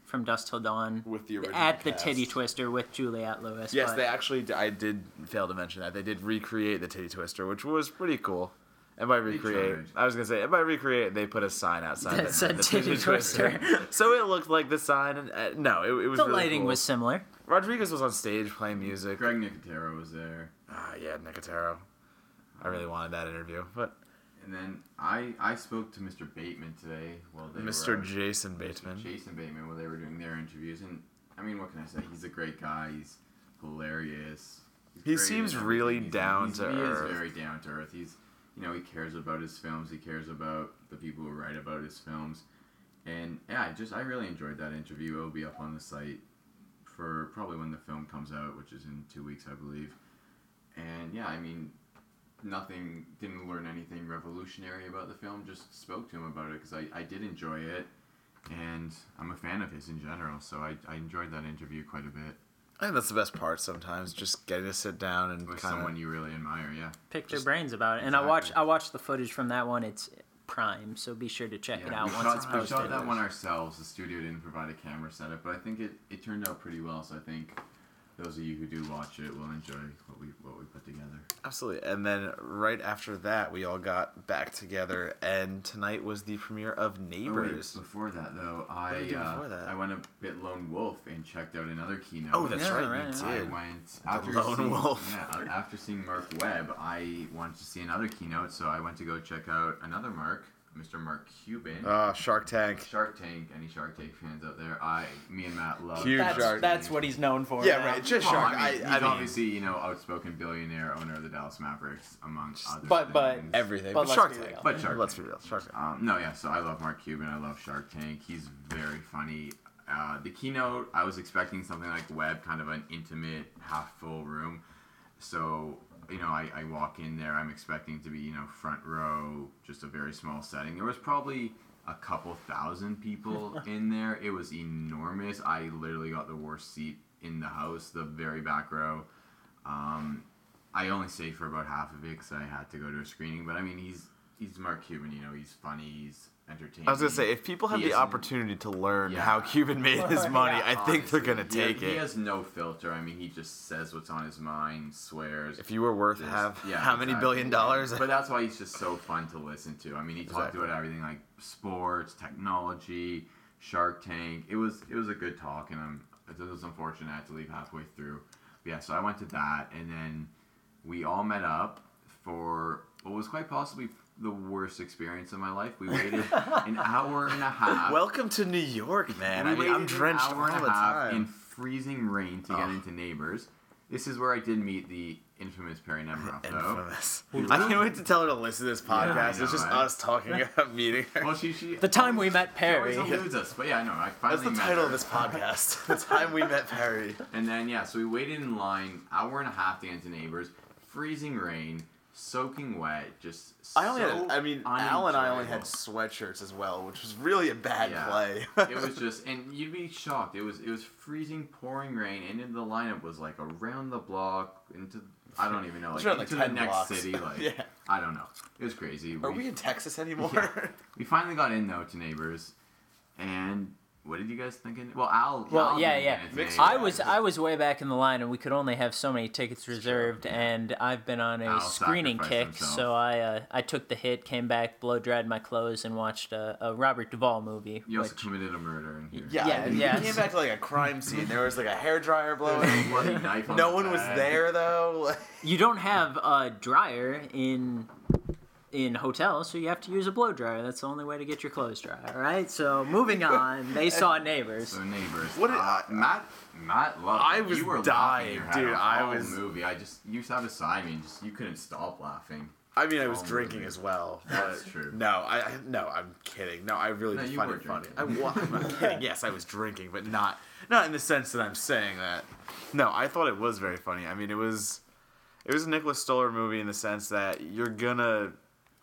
Speaker 3: From Dusk Till Dawn
Speaker 1: with the original
Speaker 3: at the
Speaker 1: cast.
Speaker 3: Titty Twister with Juliette Lewis.
Speaker 1: Yes,
Speaker 3: but-
Speaker 1: they actually. d- I did fail to mention that they did recreate the titty twister, which was pretty cool. And by recreate,
Speaker 2: tried.
Speaker 1: I was gonna say, and by recreate, they put a sign outside
Speaker 3: That said Titty Twister.
Speaker 1: [LAUGHS] so it looked like the sign. And uh, no, it, it was
Speaker 3: the
Speaker 1: really
Speaker 3: lighting
Speaker 1: cool.
Speaker 3: was similar.
Speaker 1: Rodriguez was on stage playing music.
Speaker 2: Greg Nicotero was there,
Speaker 1: Ah, yeah, Nicotero. I really wanted that interview, but
Speaker 2: and then I I spoke to Mr. Bateman today. Well, they
Speaker 1: Mr.
Speaker 2: Were,
Speaker 1: Jason Bateman.
Speaker 2: Jason Bateman while they were doing their interviews. And I mean, what can I say? He's a great guy. He's hilarious. He's
Speaker 1: He
Speaker 2: great at
Speaker 1: seems
Speaker 2: everything.
Speaker 1: really
Speaker 2: He's-
Speaker 1: down
Speaker 2: he's-
Speaker 1: to
Speaker 2: he
Speaker 1: earth.
Speaker 2: is very down to earth. He's, you know, he cares about his films. He cares about the people who write about his films. And yeah, I just I really enjoyed that interview. It'll be up on the site for probably when the film comes out, which is in two weeks, I believe. And yeah, I mean, nothing didn't learn anything revolutionary about the film just spoke to him about it because I, I did enjoy it and i'm a fan of his in general so i, I enjoyed that interview quite a bit
Speaker 1: I think that's the best part. Sometimes just getting to sit down and
Speaker 2: with
Speaker 1: kind
Speaker 2: someone
Speaker 1: of.
Speaker 2: you really admire yeah
Speaker 3: pick
Speaker 1: Just-
Speaker 3: their brains about it. And I
Speaker 2: Exactly.
Speaker 3: watch I watched the footage from that one. It's prime, so be sure to
Speaker 1: Uh,
Speaker 3: check it
Speaker 2: yeah,
Speaker 3: out
Speaker 2: we,
Speaker 3: once
Speaker 2: shot,
Speaker 3: it's
Speaker 2: we shot
Speaker 3: posted.
Speaker 2: that one ourselves. The studio didn't provide a camera setup, but I think it, it turned out pretty well. So I think those of you who do watch it will enjoy what we what we put together.
Speaker 1: Absolutely. And then right after that, we all got back together, and tonight was the premiere of
Speaker 2: Oh, wait,
Speaker 1: Neighbors.
Speaker 2: before that though,
Speaker 1: E did
Speaker 2: I
Speaker 1: you do
Speaker 2: uh,
Speaker 1: before that?
Speaker 2: I went a bit lone wolf and checked out another keynote.
Speaker 1: Oh, that's
Speaker 3: Yeah,
Speaker 1: right,
Speaker 3: right,
Speaker 1: you
Speaker 3: yeah.
Speaker 2: I
Speaker 1: did.
Speaker 2: went after
Speaker 1: Lone
Speaker 2: seeing,
Speaker 1: Wolf.
Speaker 2: Yeah, after seeing Mark Webb, I wanted to see another keynote, so I went to go check out another Mark, Mr. Mark Cuban.
Speaker 1: Ah, Shark Tank.
Speaker 2: Shark Tank, any Shark Tank fans out there? I, me and Matt love
Speaker 1: Huge
Speaker 2: Shark
Speaker 3: That's,
Speaker 1: Shark
Speaker 2: Tank.
Speaker 3: that's what he's known for.
Speaker 1: Yeah,
Speaker 3: now.
Speaker 1: right. Just
Speaker 2: Well,
Speaker 1: Shark.
Speaker 2: I mean,
Speaker 1: I,
Speaker 2: he's
Speaker 1: I mean,
Speaker 2: obviously you know outspoken billionaire, owner of the Dallas Mavericks, among other
Speaker 3: but- but-
Speaker 2: things.
Speaker 1: everything.
Speaker 3: But
Speaker 1: But,
Speaker 3: let's
Speaker 1: Shark
Speaker 3: be
Speaker 1: Tank.
Speaker 3: real.
Speaker 2: But Shark
Speaker 1: Let's be
Speaker 2: Tank.
Speaker 1: real. Shark Tank.
Speaker 2: Um, no, yeah. So I love Mark Cuban. I love Shark Tank. He's very funny. Uh, the keynote, I was expecting something like Web, kind of an intimate, half full room. So you know, I, I walk in there. I'm expecting to be you know front row, just a very small setting. There was probably a couple thousand people in there. It was enormous. I literally got the worst seat in the house, the very back row. Um, I only stayed for about half of it because I had to go to a screening. But I mean, he's he's Mark Cuban. You know, he's funny. He's entertaining.
Speaker 1: I was gonna say, if people have
Speaker 2: He
Speaker 1: the
Speaker 2: isn't-
Speaker 1: opportunity to learn
Speaker 2: Yeah.
Speaker 1: how Cuban made his money,
Speaker 3: Yeah,
Speaker 1: I think they're gonna
Speaker 2: Honestly, he-
Speaker 1: take
Speaker 2: He
Speaker 1: it.
Speaker 2: has no filter. I mean, he just says what's on his mind, swears.
Speaker 1: If you were worth
Speaker 2: Just-
Speaker 1: have
Speaker 2: yeah,
Speaker 1: how many
Speaker 2: exactly.
Speaker 1: billion dollars?
Speaker 2: But that's why he's just so fun to listen to. I mean, he talked
Speaker 1: Exactly.
Speaker 2: about everything like sports, technology, Shark Tank. It was it was a good talk, and I'm it was unfortunate I had to leave halfway through. But yeah, so I went to that, and then we all met up for what was quite possibly the worst experience of my life.
Speaker 1: [LAUGHS]
Speaker 2: We waited an hour and a half.
Speaker 1: Welcome to New York, man.
Speaker 2: We
Speaker 1: I mean, I'm
Speaker 2: waited an
Speaker 1: drenched
Speaker 2: hour and
Speaker 1: all
Speaker 2: a
Speaker 1: the
Speaker 2: half
Speaker 1: time.
Speaker 2: in freezing rain to get
Speaker 1: Ugh.
Speaker 2: into neighbors. This is where I did meet the infamous Perry Nemiroff, though.
Speaker 1: [LAUGHS] Infamous. I can't wait to tell her to listen to this podcast.
Speaker 2: Oh. I know,
Speaker 1: it's just
Speaker 2: right?
Speaker 1: us talking about meeting her.
Speaker 2: Well, she, she
Speaker 3: The time we met
Speaker 2: she always
Speaker 3: Perry.
Speaker 2: eludes us, but yeah, no, I
Speaker 1: That's
Speaker 2: finally
Speaker 1: the
Speaker 2: met
Speaker 1: title of
Speaker 2: her.
Speaker 1: this
Speaker 2: [LAUGHS]
Speaker 1: podcast. the time we met Perry.
Speaker 2: And then yeah, so we waited in line hour and a half to get into neighbors, freezing rain, soaking wet, just.
Speaker 1: [LAUGHS] I only
Speaker 2: so
Speaker 1: had, I mean, Al and I only had
Speaker 2: unenjoyable.
Speaker 1: sweatshirts as well, which was really a bad
Speaker 2: Yeah.
Speaker 1: play. [LAUGHS]
Speaker 2: it was just, and you'd be shocked. It was it was freezing, pouring rain, and then the lineup was like around the block into I don't even know like,
Speaker 1: It's around, like,
Speaker 2: into the
Speaker 1: 10
Speaker 2: next
Speaker 1: blocks. [LAUGHS]
Speaker 2: city. Like
Speaker 1: Yeah.
Speaker 2: I don't know. It was crazy.
Speaker 1: Are we in Texas anymore? [LAUGHS]
Speaker 2: Yeah. we finally got in though to neighbors, and what did you guys think? Of, well, Al.
Speaker 3: Well,
Speaker 2: Al
Speaker 3: yeah,
Speaker 2: didn't
Speaker 3: yeah.
Speaker 2: get into
Speaker 3: I
Speaker 2: Neighbors.
Speaker 3: was I was way back in the line, and we could only have so many tickets reserved. And I've been on a
Speaker 2: Al
Speaker 3: screening kick,
Speaker 2: sacrificed
Speaker 3: so
Speaker 2: himself.
Speaker 3: I uh, I took the hit, came back, blow dried my clothes, and watched a, a Robert Duvall movie.
Speaker 2: You also
Speaker 3: which-
Speaker 2: committed a murder in here.
Speaker 1: Yeah,
Speaker 3: Yeah,
Speaker 1: and
Speaker 3: yeah.
Speaker 1: We came back to like a crime scene. There was like a hairdryer
Speaker 2: There was [LAUGHS] a
Speaker 1: blowing.
Speaker 2: [LAUGHS] bloody knife on
Speaker 1: no
Speaker 2: the
Speaker 1: one was
Speaker 2: bed.
Speaker 1: there though. [LAUGHS]
Speaker 3: you don't have a dryer in in hotels, so you have to use a blow dryer. That's the only way to get your clothes dry. All right. So moving on,
Speaker 1: [LAUGHS]
Speaker 3: they saw neighbors.
Speaker 2: So neighbors.
Speaker 1: What did-
Speaker 2: uh, Matt? Matt loved.
Speaker 1: I
Speaker 2: it.
Speaker 1: was
Speaker 2: you were
Speaker 1: dying,
Speaker 2: laughing your head
Speaker 1: dude.
Speaker 2: off
Speaker 1: I
Speaker 2: all
Speaker 1: was-
Speaker 2: movie. I just you sat beside me and just you couldn't stop laughing.
Speaker 1: I mean, I was
Speaker 2: Oh,
Speaker 1: drinking
Speaker 2: movie.
Speaker 1: as well. But
Speaker 2: That's true.
Speaker 1: No, I I- no, I'm kidding. No, I really
Speaker 2: No,
Speaker 1: just
Speaker 2: you
Speaker 1: find
Speaker 2: were
Speaker 1: it funny. I,
Speaker 2: drinking.
Speaker 1: well, I'm not
Speaker 2: [LAUGHS]
Speaker 1: kidding. Yes, I was drinking, but not not in the sense that I'm saying that. No, I thought it was very funny. I mean, it was it was a Nicholas Stoller movie in the sense that you're gonna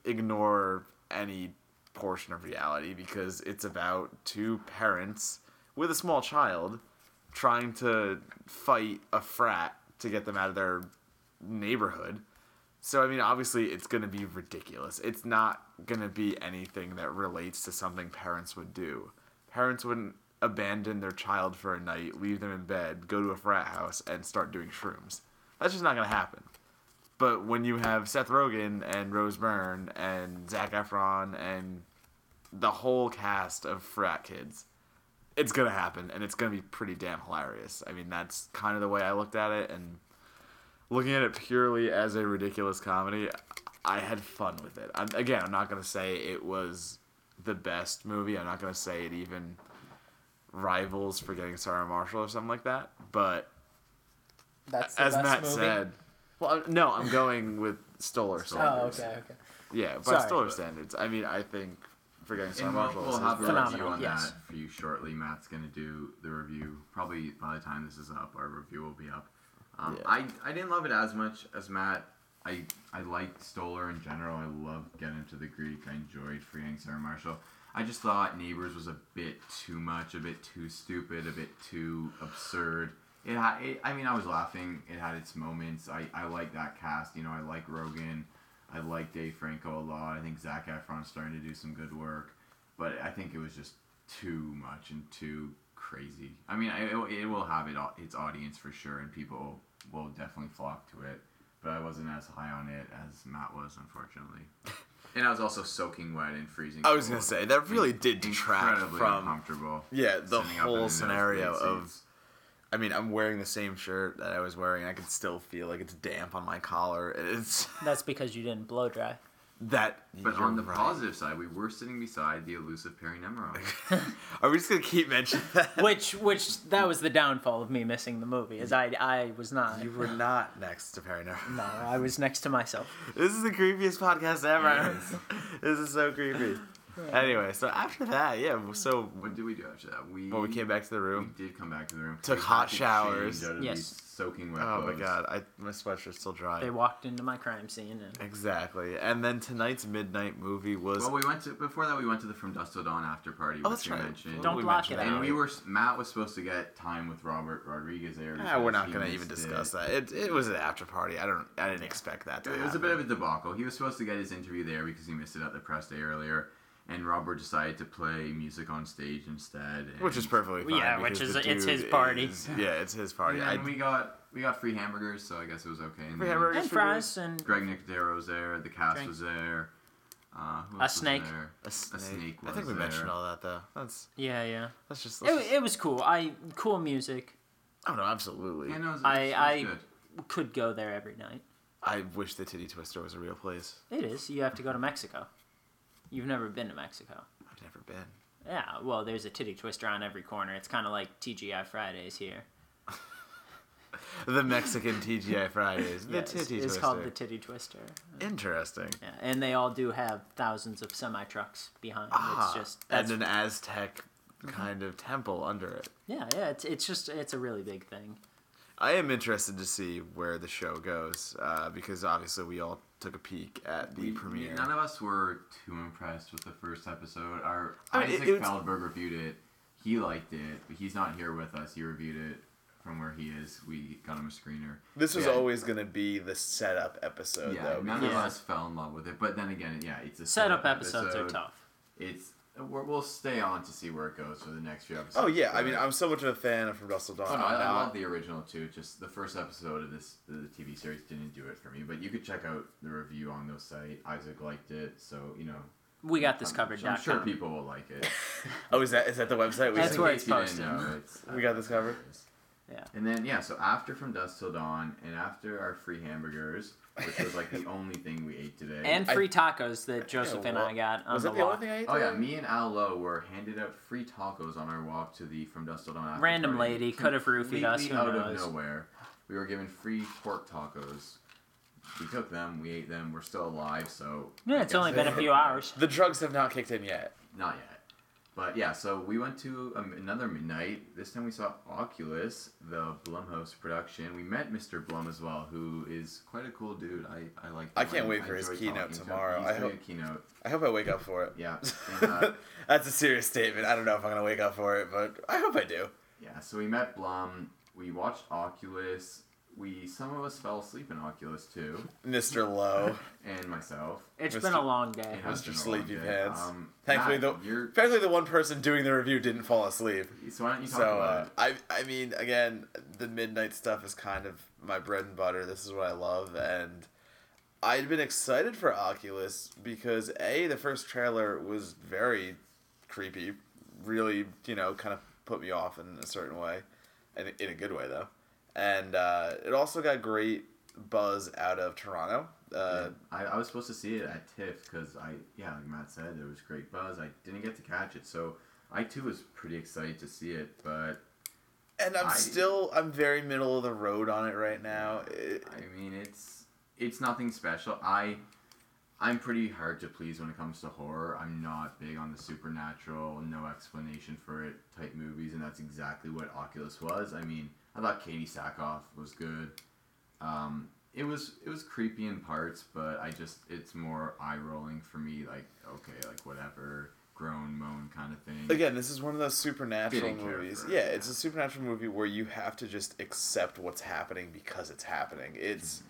Speaker 1: ignore any portion of reality because it's about two parents with a small child trying to fight a frat to get them out of their neighborhood. So I mean, obviously, it's gonna be ridiculous. It's not gonna be anything that relates to something parents would do. Parents wouldn't abandon their child for a night, leave them in bed, go to a frat house, and start doing shrooms. That's just not gonna happen. But when you have Seth Rogen and Rose Byrne and Zach Efron and the whole cast of frat kids, it's gonna happen, and it's gonna be pretty damn hilarious. I mean, that's kind of the way I looked at it, and looking at it purely as a ridiculous comedy, I had fun with it. I'm, again, I'm not gonna say it was the best movie. I'm not gonna say it even rivals Forgetting Sarah Marshall or something like that. But
Speaker 3: That's
Speaker 1: as Matt said, well, I- no, I'm going with Stoller
Speaker 3: Oh,
Speaker 1: standards.
Speaker 3: okay, okay.
Speaker 1: Yeah, by
Speaker 3: Sorry.
Speaker 1: Stoller standards. I mean, I think Forgetting Sarah
Speaker 2: And we'll,
Speaker 1: Marshall
Speaker 2: we'll
Speaker 1: is
Speaker 2: have a review
Speaker 3: Phenomenal,
Speaker 2: on
Speaker 3: yes.
Speaker 2: that for you shortly. Matt's gonna do the review. Probably by the time this is up, our review will be up. Um,
Speaker 1: Yeah.
Speaker 2: I I didn't love it as much as Matt. I I liked Stoller in general. I loved Get Into the Greek. I enjoyed Freeing Sarah Marshall. I just thought Neighbors was a bit too much, a bit too stupid, a bit too absurd. It, ha- it I mean, I was laughing. It had its moments. I I like that cast. You know, I like Rogan. I like Dave Franco a lot. I think Zach Efron's starting to do some good work, but I think it was just too much and too crazy. I mean, I, it, it will have it, au- its audience for sure, and people will definitely flock to it. But I wasn't as high on it as Matt was,
Speaker 1: [LAUGHS]
Speaker 2: unfortunately. And I was also soaking wet and freezing.
Speaker 1: I was gonna
Speaker 2: cold.
Speaker 1: say that really did detract
Speaker 2: Incredibly
Speaker 1: from.
Speaker 2: uncomfortable.
Speaker 1: Yeah, the
Speaker 2: sitting up in
Speaker 1: whole
Speaker 2: those
Speaker 1: scenario
Speaker 2: great
Speaker 1: of
Speaker 2: seats.
Speaker 1: I mean, I'm wearing the same shirt that I was wearing. I can still feel like it's damp on my collar. It's [LAUGHS]
Speaker 3: That's because you didn't blow dry.
Speaker 1: That
Speaker 2: But
Speaker 1: you're
Speaker 2: on the
Speaker 1: right.
Speaker 2: positive side, we were sitting beside the elusive
Speaker 1: [LAUGHS]
Speaker 2: Perry Nemiron.
Speaker 1: are we just gonna keep mentioning
Speaker 2: [LAUGHS]
Speaker 1: that?
Speaker 3: Which which that was the downfall of me missing the movie is I I was not.
Speaker 1: You were not next to Paranormal.
Speaker 3: no, I was next to myself.
Speaker 1: This is the creepiest podcast ever. [LAUGHS] this is so creepy. Anyway, so after that, yeah, so
Speaker 2: what did we do after that? We
Speaker 1: well, we came back to the
Speaker 2: We
Speaker 1: room.
Speaker 2: did come back to the room. 'cause
Speaker 1: Took
Speaker 2: we had
Speaker 1: hot
Speaker 2: to
Speaker 1: showers.
Speaker 2: change out of
Speaker 3: Yes.
Speaker 2: these soaking wet
Speaker 1: Oh my
Speaker 2: clothes.
Speaker 1: god, I my sweatshirt's still dry.
Speaker 3: They walked into my crime scene and
Speaker 1: Exactly. And then tonight's midnight movie was
Speaker 2: Well, we went to before that. We went to the From Dusk Till Dawn after party,
Speaker 1: Oh,
Speaker 2: which
Speaker 1: that's
Speaker 2: you
Speaker 1: right.
Speaker 2: mentioned.
Speaker 3: Don't
Speaker 1: we
Speaker 3: block
Speaker 1: mentioned
Speaker 3: it
Speaker 1: that
Speaker 2: And we
Speaker 1: already.
Speaker 2: were Matt was supposed to get time with Robert Rodriguez there.
Speaker 1: Ah, we're
Speaker 2: because
Speaker 1: not
Speaker 2: he
Speaker 1: gonna
Speaker 2: missed
Speaker 1: even
Speaker 2: it.
Speaker 1: discuss that. It it was an after party. I don't. I didn't expect that to.
Speaker 2: It was a bit of a debacle. He was supposed to get his interview there because he missed it at the press day earlier, and Robert decided to play music on stage instead. And,
Speaker 1: which is perfectly fine.
Speaker 3: Yeah, which
Speaker 1: because
Speaker 3: is-
Speaker 1: the
Speaker 3: it's
Speaker 1: dude
Speaker 3: his party.
Speaker 1: is- yeah, it's his party.
Speaker 2: Yeah,
Speaker 1: I,
Speaker 2: and we got we got free hamburgers, so I guess it was okay. And
Speaker 1: Free
Speaker 2: then
Speaker 1: hamburgers.
Speaker 3: and fries and
Speaker 2: Greg Nicotero was there. The cast
Speaker 3: Drink.
Speaker 2: was there. Uh, who else
Speaker 3: A
Speaker 2: was
Speaker 3: snake.
Speaker 2: there?
Speaker 1: a snake.
Speaker 2: snake
Speaker 1: I think
Speaker 2: was
Speaker 1: we mentioned
Speaker 2: there.
Speaker 1: all that though. That's
Speaker 3: yeah yeah.
Speaker 1: that's just. That's just
Speaker 3: It, it was cool. I cool music.
Speaker 1: oh no, absolutely.
Speaker 2: Yeah, no, it was,
Speaker 3: I-
Speaker 2: it was
Speaker 3: I-
Speaker 2: good.
Speaker 3: Could go there every night.
Speaker 1: I wish the Titty Twister was a real place.
Speaker 3: It is. You have to go to Mexico. You've never been to Mexico.
Speaker 1: I've never been.
Speaker 3: Yeah, well, there's a titty twister on every corner. It's kind of like TGI Fridays here.
Speaker 1: The Mexican TGI Fridays. The
Speaker 3: Yeah, it's-
Speaker 1: Titty Twister.
Speaker 3: It's called the titty twister.
Speaker 1: Interesting.
Speaker 3: Yeah, and they all do have thousands of semi trucks behind.
Speaker 1: Ah,
Speaker 3: it's just that's
Speaker 1: and an Aztec kind of temple under it.
Speaker 3: yeah, yeah. It's it's just it's a really big thing.
Speaker 1: I am interested to see where the show goes uh, because obviously we all took a peek at the
Speaker 2: We-
Speaker 1: premiere.
Speaker 2: None of us were too impressed with the first episode. Our
Speaker 1: I mean, it-
Speaker 2: Isaac
Speaker 1: it was-
Speaker 2: Feldberg reviewed it. He liked it, but he's not here with us. He reviewed it from where he is. We got him a screener.
Speaker 1: This was
Speaker 2: Yeah.
Speaker 1: always going to be the setup episode,
Speaker 2: Yeah,
Speaker 1: though.
Speaker 2: none
Speaker 1: because-
Speaker 2: of
Speaker 3: Yeah.
Speaker 2: us fell in love with it. But then again, yeah, it's a
Speaker 3: Setup episodes are
Speaker 2: episode.
Speaker 3: tough.
Speaker 2: It's we're, we'll stay on to see where it goes for the next few episodes.
Speaker 1: Oh yeah, I
Speaker 2: but-
Speaker 1: mean, I'm so much of a fan of From Russell Dawn.
Speaker 2: Oh, no, I,
Speaker 1: I'm
Speaker 2: I
Speaker 1: not-
Speaker 2: love the original too. Just the first episode of this the TV series didn't do it for me. But you could check out the review on the site. Isaac liked it, so you know.
Speaker 3: We got this
Speaker 2: I'm-
Speaker 3: covered.
Speaker 2: I'm
Speaker 3: dot
Speaker 2: sure
Speaker 3: com.
Speaker 2: people will like it.
Speaker 1: oh, is that is that the website? We
Speaker 3: That's
Speaker 1: just-
Speaker 2: In
Speaker 3: where
Speaker 2: case
Speaker 3: it's
Speaker 2: you didn't
Speaker 3: posted.
Speaker 2: know, it's- uh,
Speaker 1: We got this covered?
Speaker 3: Yeah.
Speaker 2: And then yeah, so after from dusk till dawn, and after our free hamburgers, which was like the only thing we ate today.
Speaker 3: and
Speaker 1: I-
Speaker 3: free tacos that Joseph
Speaker 1: Yeah,
Speaker 3: and
Speaker 1: well,
Speaker 3: I got on
Speaker 1: was
Speaker 3: the
Speaker 1: that the
Speaker 3: walk.
Speaker 1: only thing I ate?
Speaker 2: oh yeah,
Speaker 1: today?
Speaker 2: me and Al Lowe were handed out free tacos on our walk to the from dusk till dawn. after
Speaker 3: Random
Speaker 2: party.
Speaker 3: lady could have roofied us. Who
Speaker 2: Completely out
Speaker 3: knows?
Speaker 2: of nowhere. We were given free pork tacos. We took them. We ate them. We're still alive, so I
Speaker 3: Yeah, it's
Speaker 2: guess
Speaker 3: only been a
Speaker 2: it's
Speaker 3: few
Speaker 2: okay.
Speaker 3: hours.
Speaker 1: The drugs have not kicked in yet.
Speaker 2: Not yet. But yeah, so we went to um, another midnight. This time we saw Oculus, the Blumhouse production. We met Mr. Blum as well, who is quite a cool dude. I, I like.
Speaker 1: I
Speaker 2: him.
Speaker 1: can't wait for his
Speaker 2: enjoy
Speaker 1: keynote
Speaker 2: talking to him.
Speaker 1: tomorrow.
Speaker 2: He's
Speaker 1: I
Speaker 2: doing
Speaker 1: hope-
Speaker 2: a keynote.
Speaker 1: I hope I wake up for it.
Speaker 2: Yeah.
Speaker 1: [LAUGHS]
Speaker 2: And, uh,
Speaker 1: That's a serious statement. I don't know if I'm gonna wake up for it, but I hope I do.
Speaker 2: yeah. So we met Blum. We watched Oculus. We some of us fell asleep in Oculus too,
Speaker 1: Mr. Lowe.
Speaker 2: and myself.
Speaker 3: It's
Speaker 1: Mr.
Speaker 3: been a long day.
Speaker 2: It has
Speaker 1: Mr.
Speaker 2: been a
Speaker 1: Sleepy
Speaker 2: long day.
Speaker 1: Pants.
Speaker 2: Um,
Speaker 1: Thankfully,
Speaker 2: Matt,
Speaker 1: the
Speaker 2: you're-
Speaker 1: thankfully the one person doing the review didn't fall asleep.
Speaker 2: So why don't you talk
Speaker 1: So
Speaker 2: about
Speaker 1: uh,
Speaker 2: it?
Speaker 1: I I mean again the midnight stuff is kind of my bread and butter. This is what I love and I'd been excited for Oculus because a the first trailer was very creepy, really you know kind of put me off in a certain way, and in a good way though, and uh, it also got great buzz out of Toronto. Uh,
Speaker 2: I, I was supposed to see it at TIFF because I, yeah, like Matt said, there was great buzz. I didn't get to catch it, so I too was pretty excited to see it. But
Speaker 1: And I'm
Speaker 2: I-
Speaker 1: still I'm very middle of the road on it right now. It,
Speaker 2: I mean, it's it's nothing special. I I'm pretty hard to please when it comes to horror. I'm not big on the supernatural, no explanation for it type movies, and that's exactly what Oculus was. I mean, I thought Katie Sackhoff was good. Um, it was it was creepy in parts, but I just it's more eye rolling for me. Like okay, like whatever, groan moan kind of thing.
Speaker 1: Again, this is one of those supernatural
Speaker 2: Didn't care
Speaker 1: movies.
Speaker 2: for it,
Speaker 1: Yeah,
Speaker 2: yeah.
Speaker 1: it's a supernatural movie where you have to just accept what's happening because it's happening. It's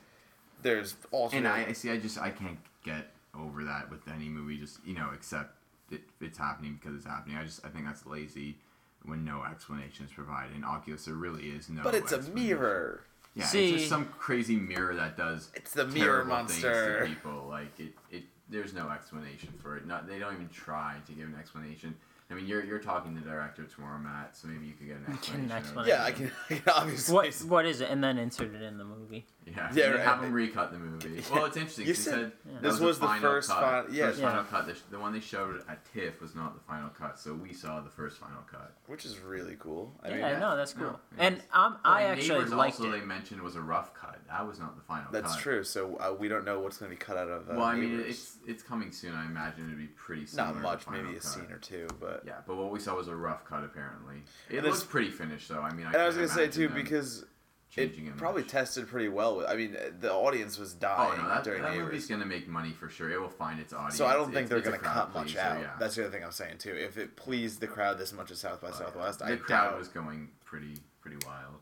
Speaker 1: there's alternate.
Speaker 2: And I, I see. I just I can't get over that with any movie. Just you know, except it, it's happening because it's happening. I just I think that's lazy when no explanation is provided. In Oculus, there really is no.
Speaker 1: but it's a
Speaker 2: explanation.
Speaker 1: mirror.
Speaker 2: Yeah, it's
Speaker 3: See-
Speaker 2: just some crazy mirror that does.
Speaker 1: It's the mirror
Speaker 2: terrible things
Speaker 1: monster.
Speaker 2: To people like it, it. There's no explanation for it. Not they don't even try to give an explanation. I mean, you're you're talking to the director tomorrow, Matt, so maybe you could get an explanation.
Speaker 3: an
Speaker 2: or
Speaker 3: explanation.
Speaker 1: Yeah, I can, [LAUGHS] I can obviously.
Speaker 3: What what is it? And then insert it in the movie.
Speaker 2: Yeah,
Speaker 1: Yeah,
Speaker 2: yeah
Speaker 1: right.
Speaker 2: have them recut
Speaker 1: [LAUGHS]
Speaker 2: the movie. Well, it's interesting. 'cause
Speaker 1: You
Speaker 2: they
Speaker 1: said-
Speaker 2: said
Speaker 1: Yeah.
Speaker 2: that
Speaker 1: this was the
Speaker 2: final
Speaker 1: first
Speaker 2: cut.
Speaker 1: fin- yeah.
Speaker 2: first
Speaker 3: Yeah.
Speaker 2: final cut. The, sh- the one they showed at TIFF was not the final cut, so we saw the first final cut.
Speaker 1: Which is really cool. I mean,
Speaker 3: yeah,
Speaker 2: yeah.
Speaker 3: no, that's
Speaker 2: No,
Speaker 3: cool.
Speaker 2: it
Speaker 3: and
Speaker 2: is.
Speaker 3: um, I
Speaker 2: Well,
Speaker 3: actually
Speaker 2: Neighbours
Speaker 3: liked
Speaker 2: also
Speaker 3: it.
Speaker 2: they mentioned was a rough cut. That was not the final cut.
Speaker 1: that's true. So uh, we don't know what's going to be cut out of. Uh,
Speaker 2: Well, I mean,
Speaker 1: Neighbours.
Speaker 2: it's it's coming soon. I imagine it'd be pretty similar.
Speaker 1: not much,
Speaker 2: To the
Speaker 1: maybe
Speaker 2: final
Speaker 1: a
Speaker 2: cut.
Speaker 1: scene or two, but.
Speaker 2: Yeah, but what we saw was a rough cut. Apparently, it
Speaker 1: And
Speaker 2: looks
Speaker 1: it's-
Speaker 2: pretty finished though. I mean, I
Speaker 1: And I was
Speaker 2: can't
Speaker 1: gonna say
Speaker 2: imagine
Speaker 1: too,
Speaker 2: them
Speaker 1: because
Speaker 2: changing
Speaker 1: it
Speaker 2: it
Speaker 1: probably
Speaker 2: much.
Speaker 1: tested pretty well. With I mean, uh, the audience was
Speaker 2: Oh
Speaker 1: dying
Speaker 2: no, that,
Speaker 1: during
Speaker 2: that
Speaker 1: Neighbors.
Speaker 2: movie's gonna make money for sure. It will find its audience.
Speaker 1: So I don't think
Speaker 2: It's-
Speaker 1: they're
Speaker 2: it's a
Speaker 1: going to
Speaker 2: crowd
Speaker 1: cut much
Speaker 2: pleaser,
Speaker 1: out.
Speaker 2: yeah.
Speaker 1: That's the other thing I'm saying too. If it pleased the crowd this much at South by Southwest, I
Speaker 2: Oh, the
Speaker 1: doubt.
Speaker 2: crowd was going pretty pretty wild.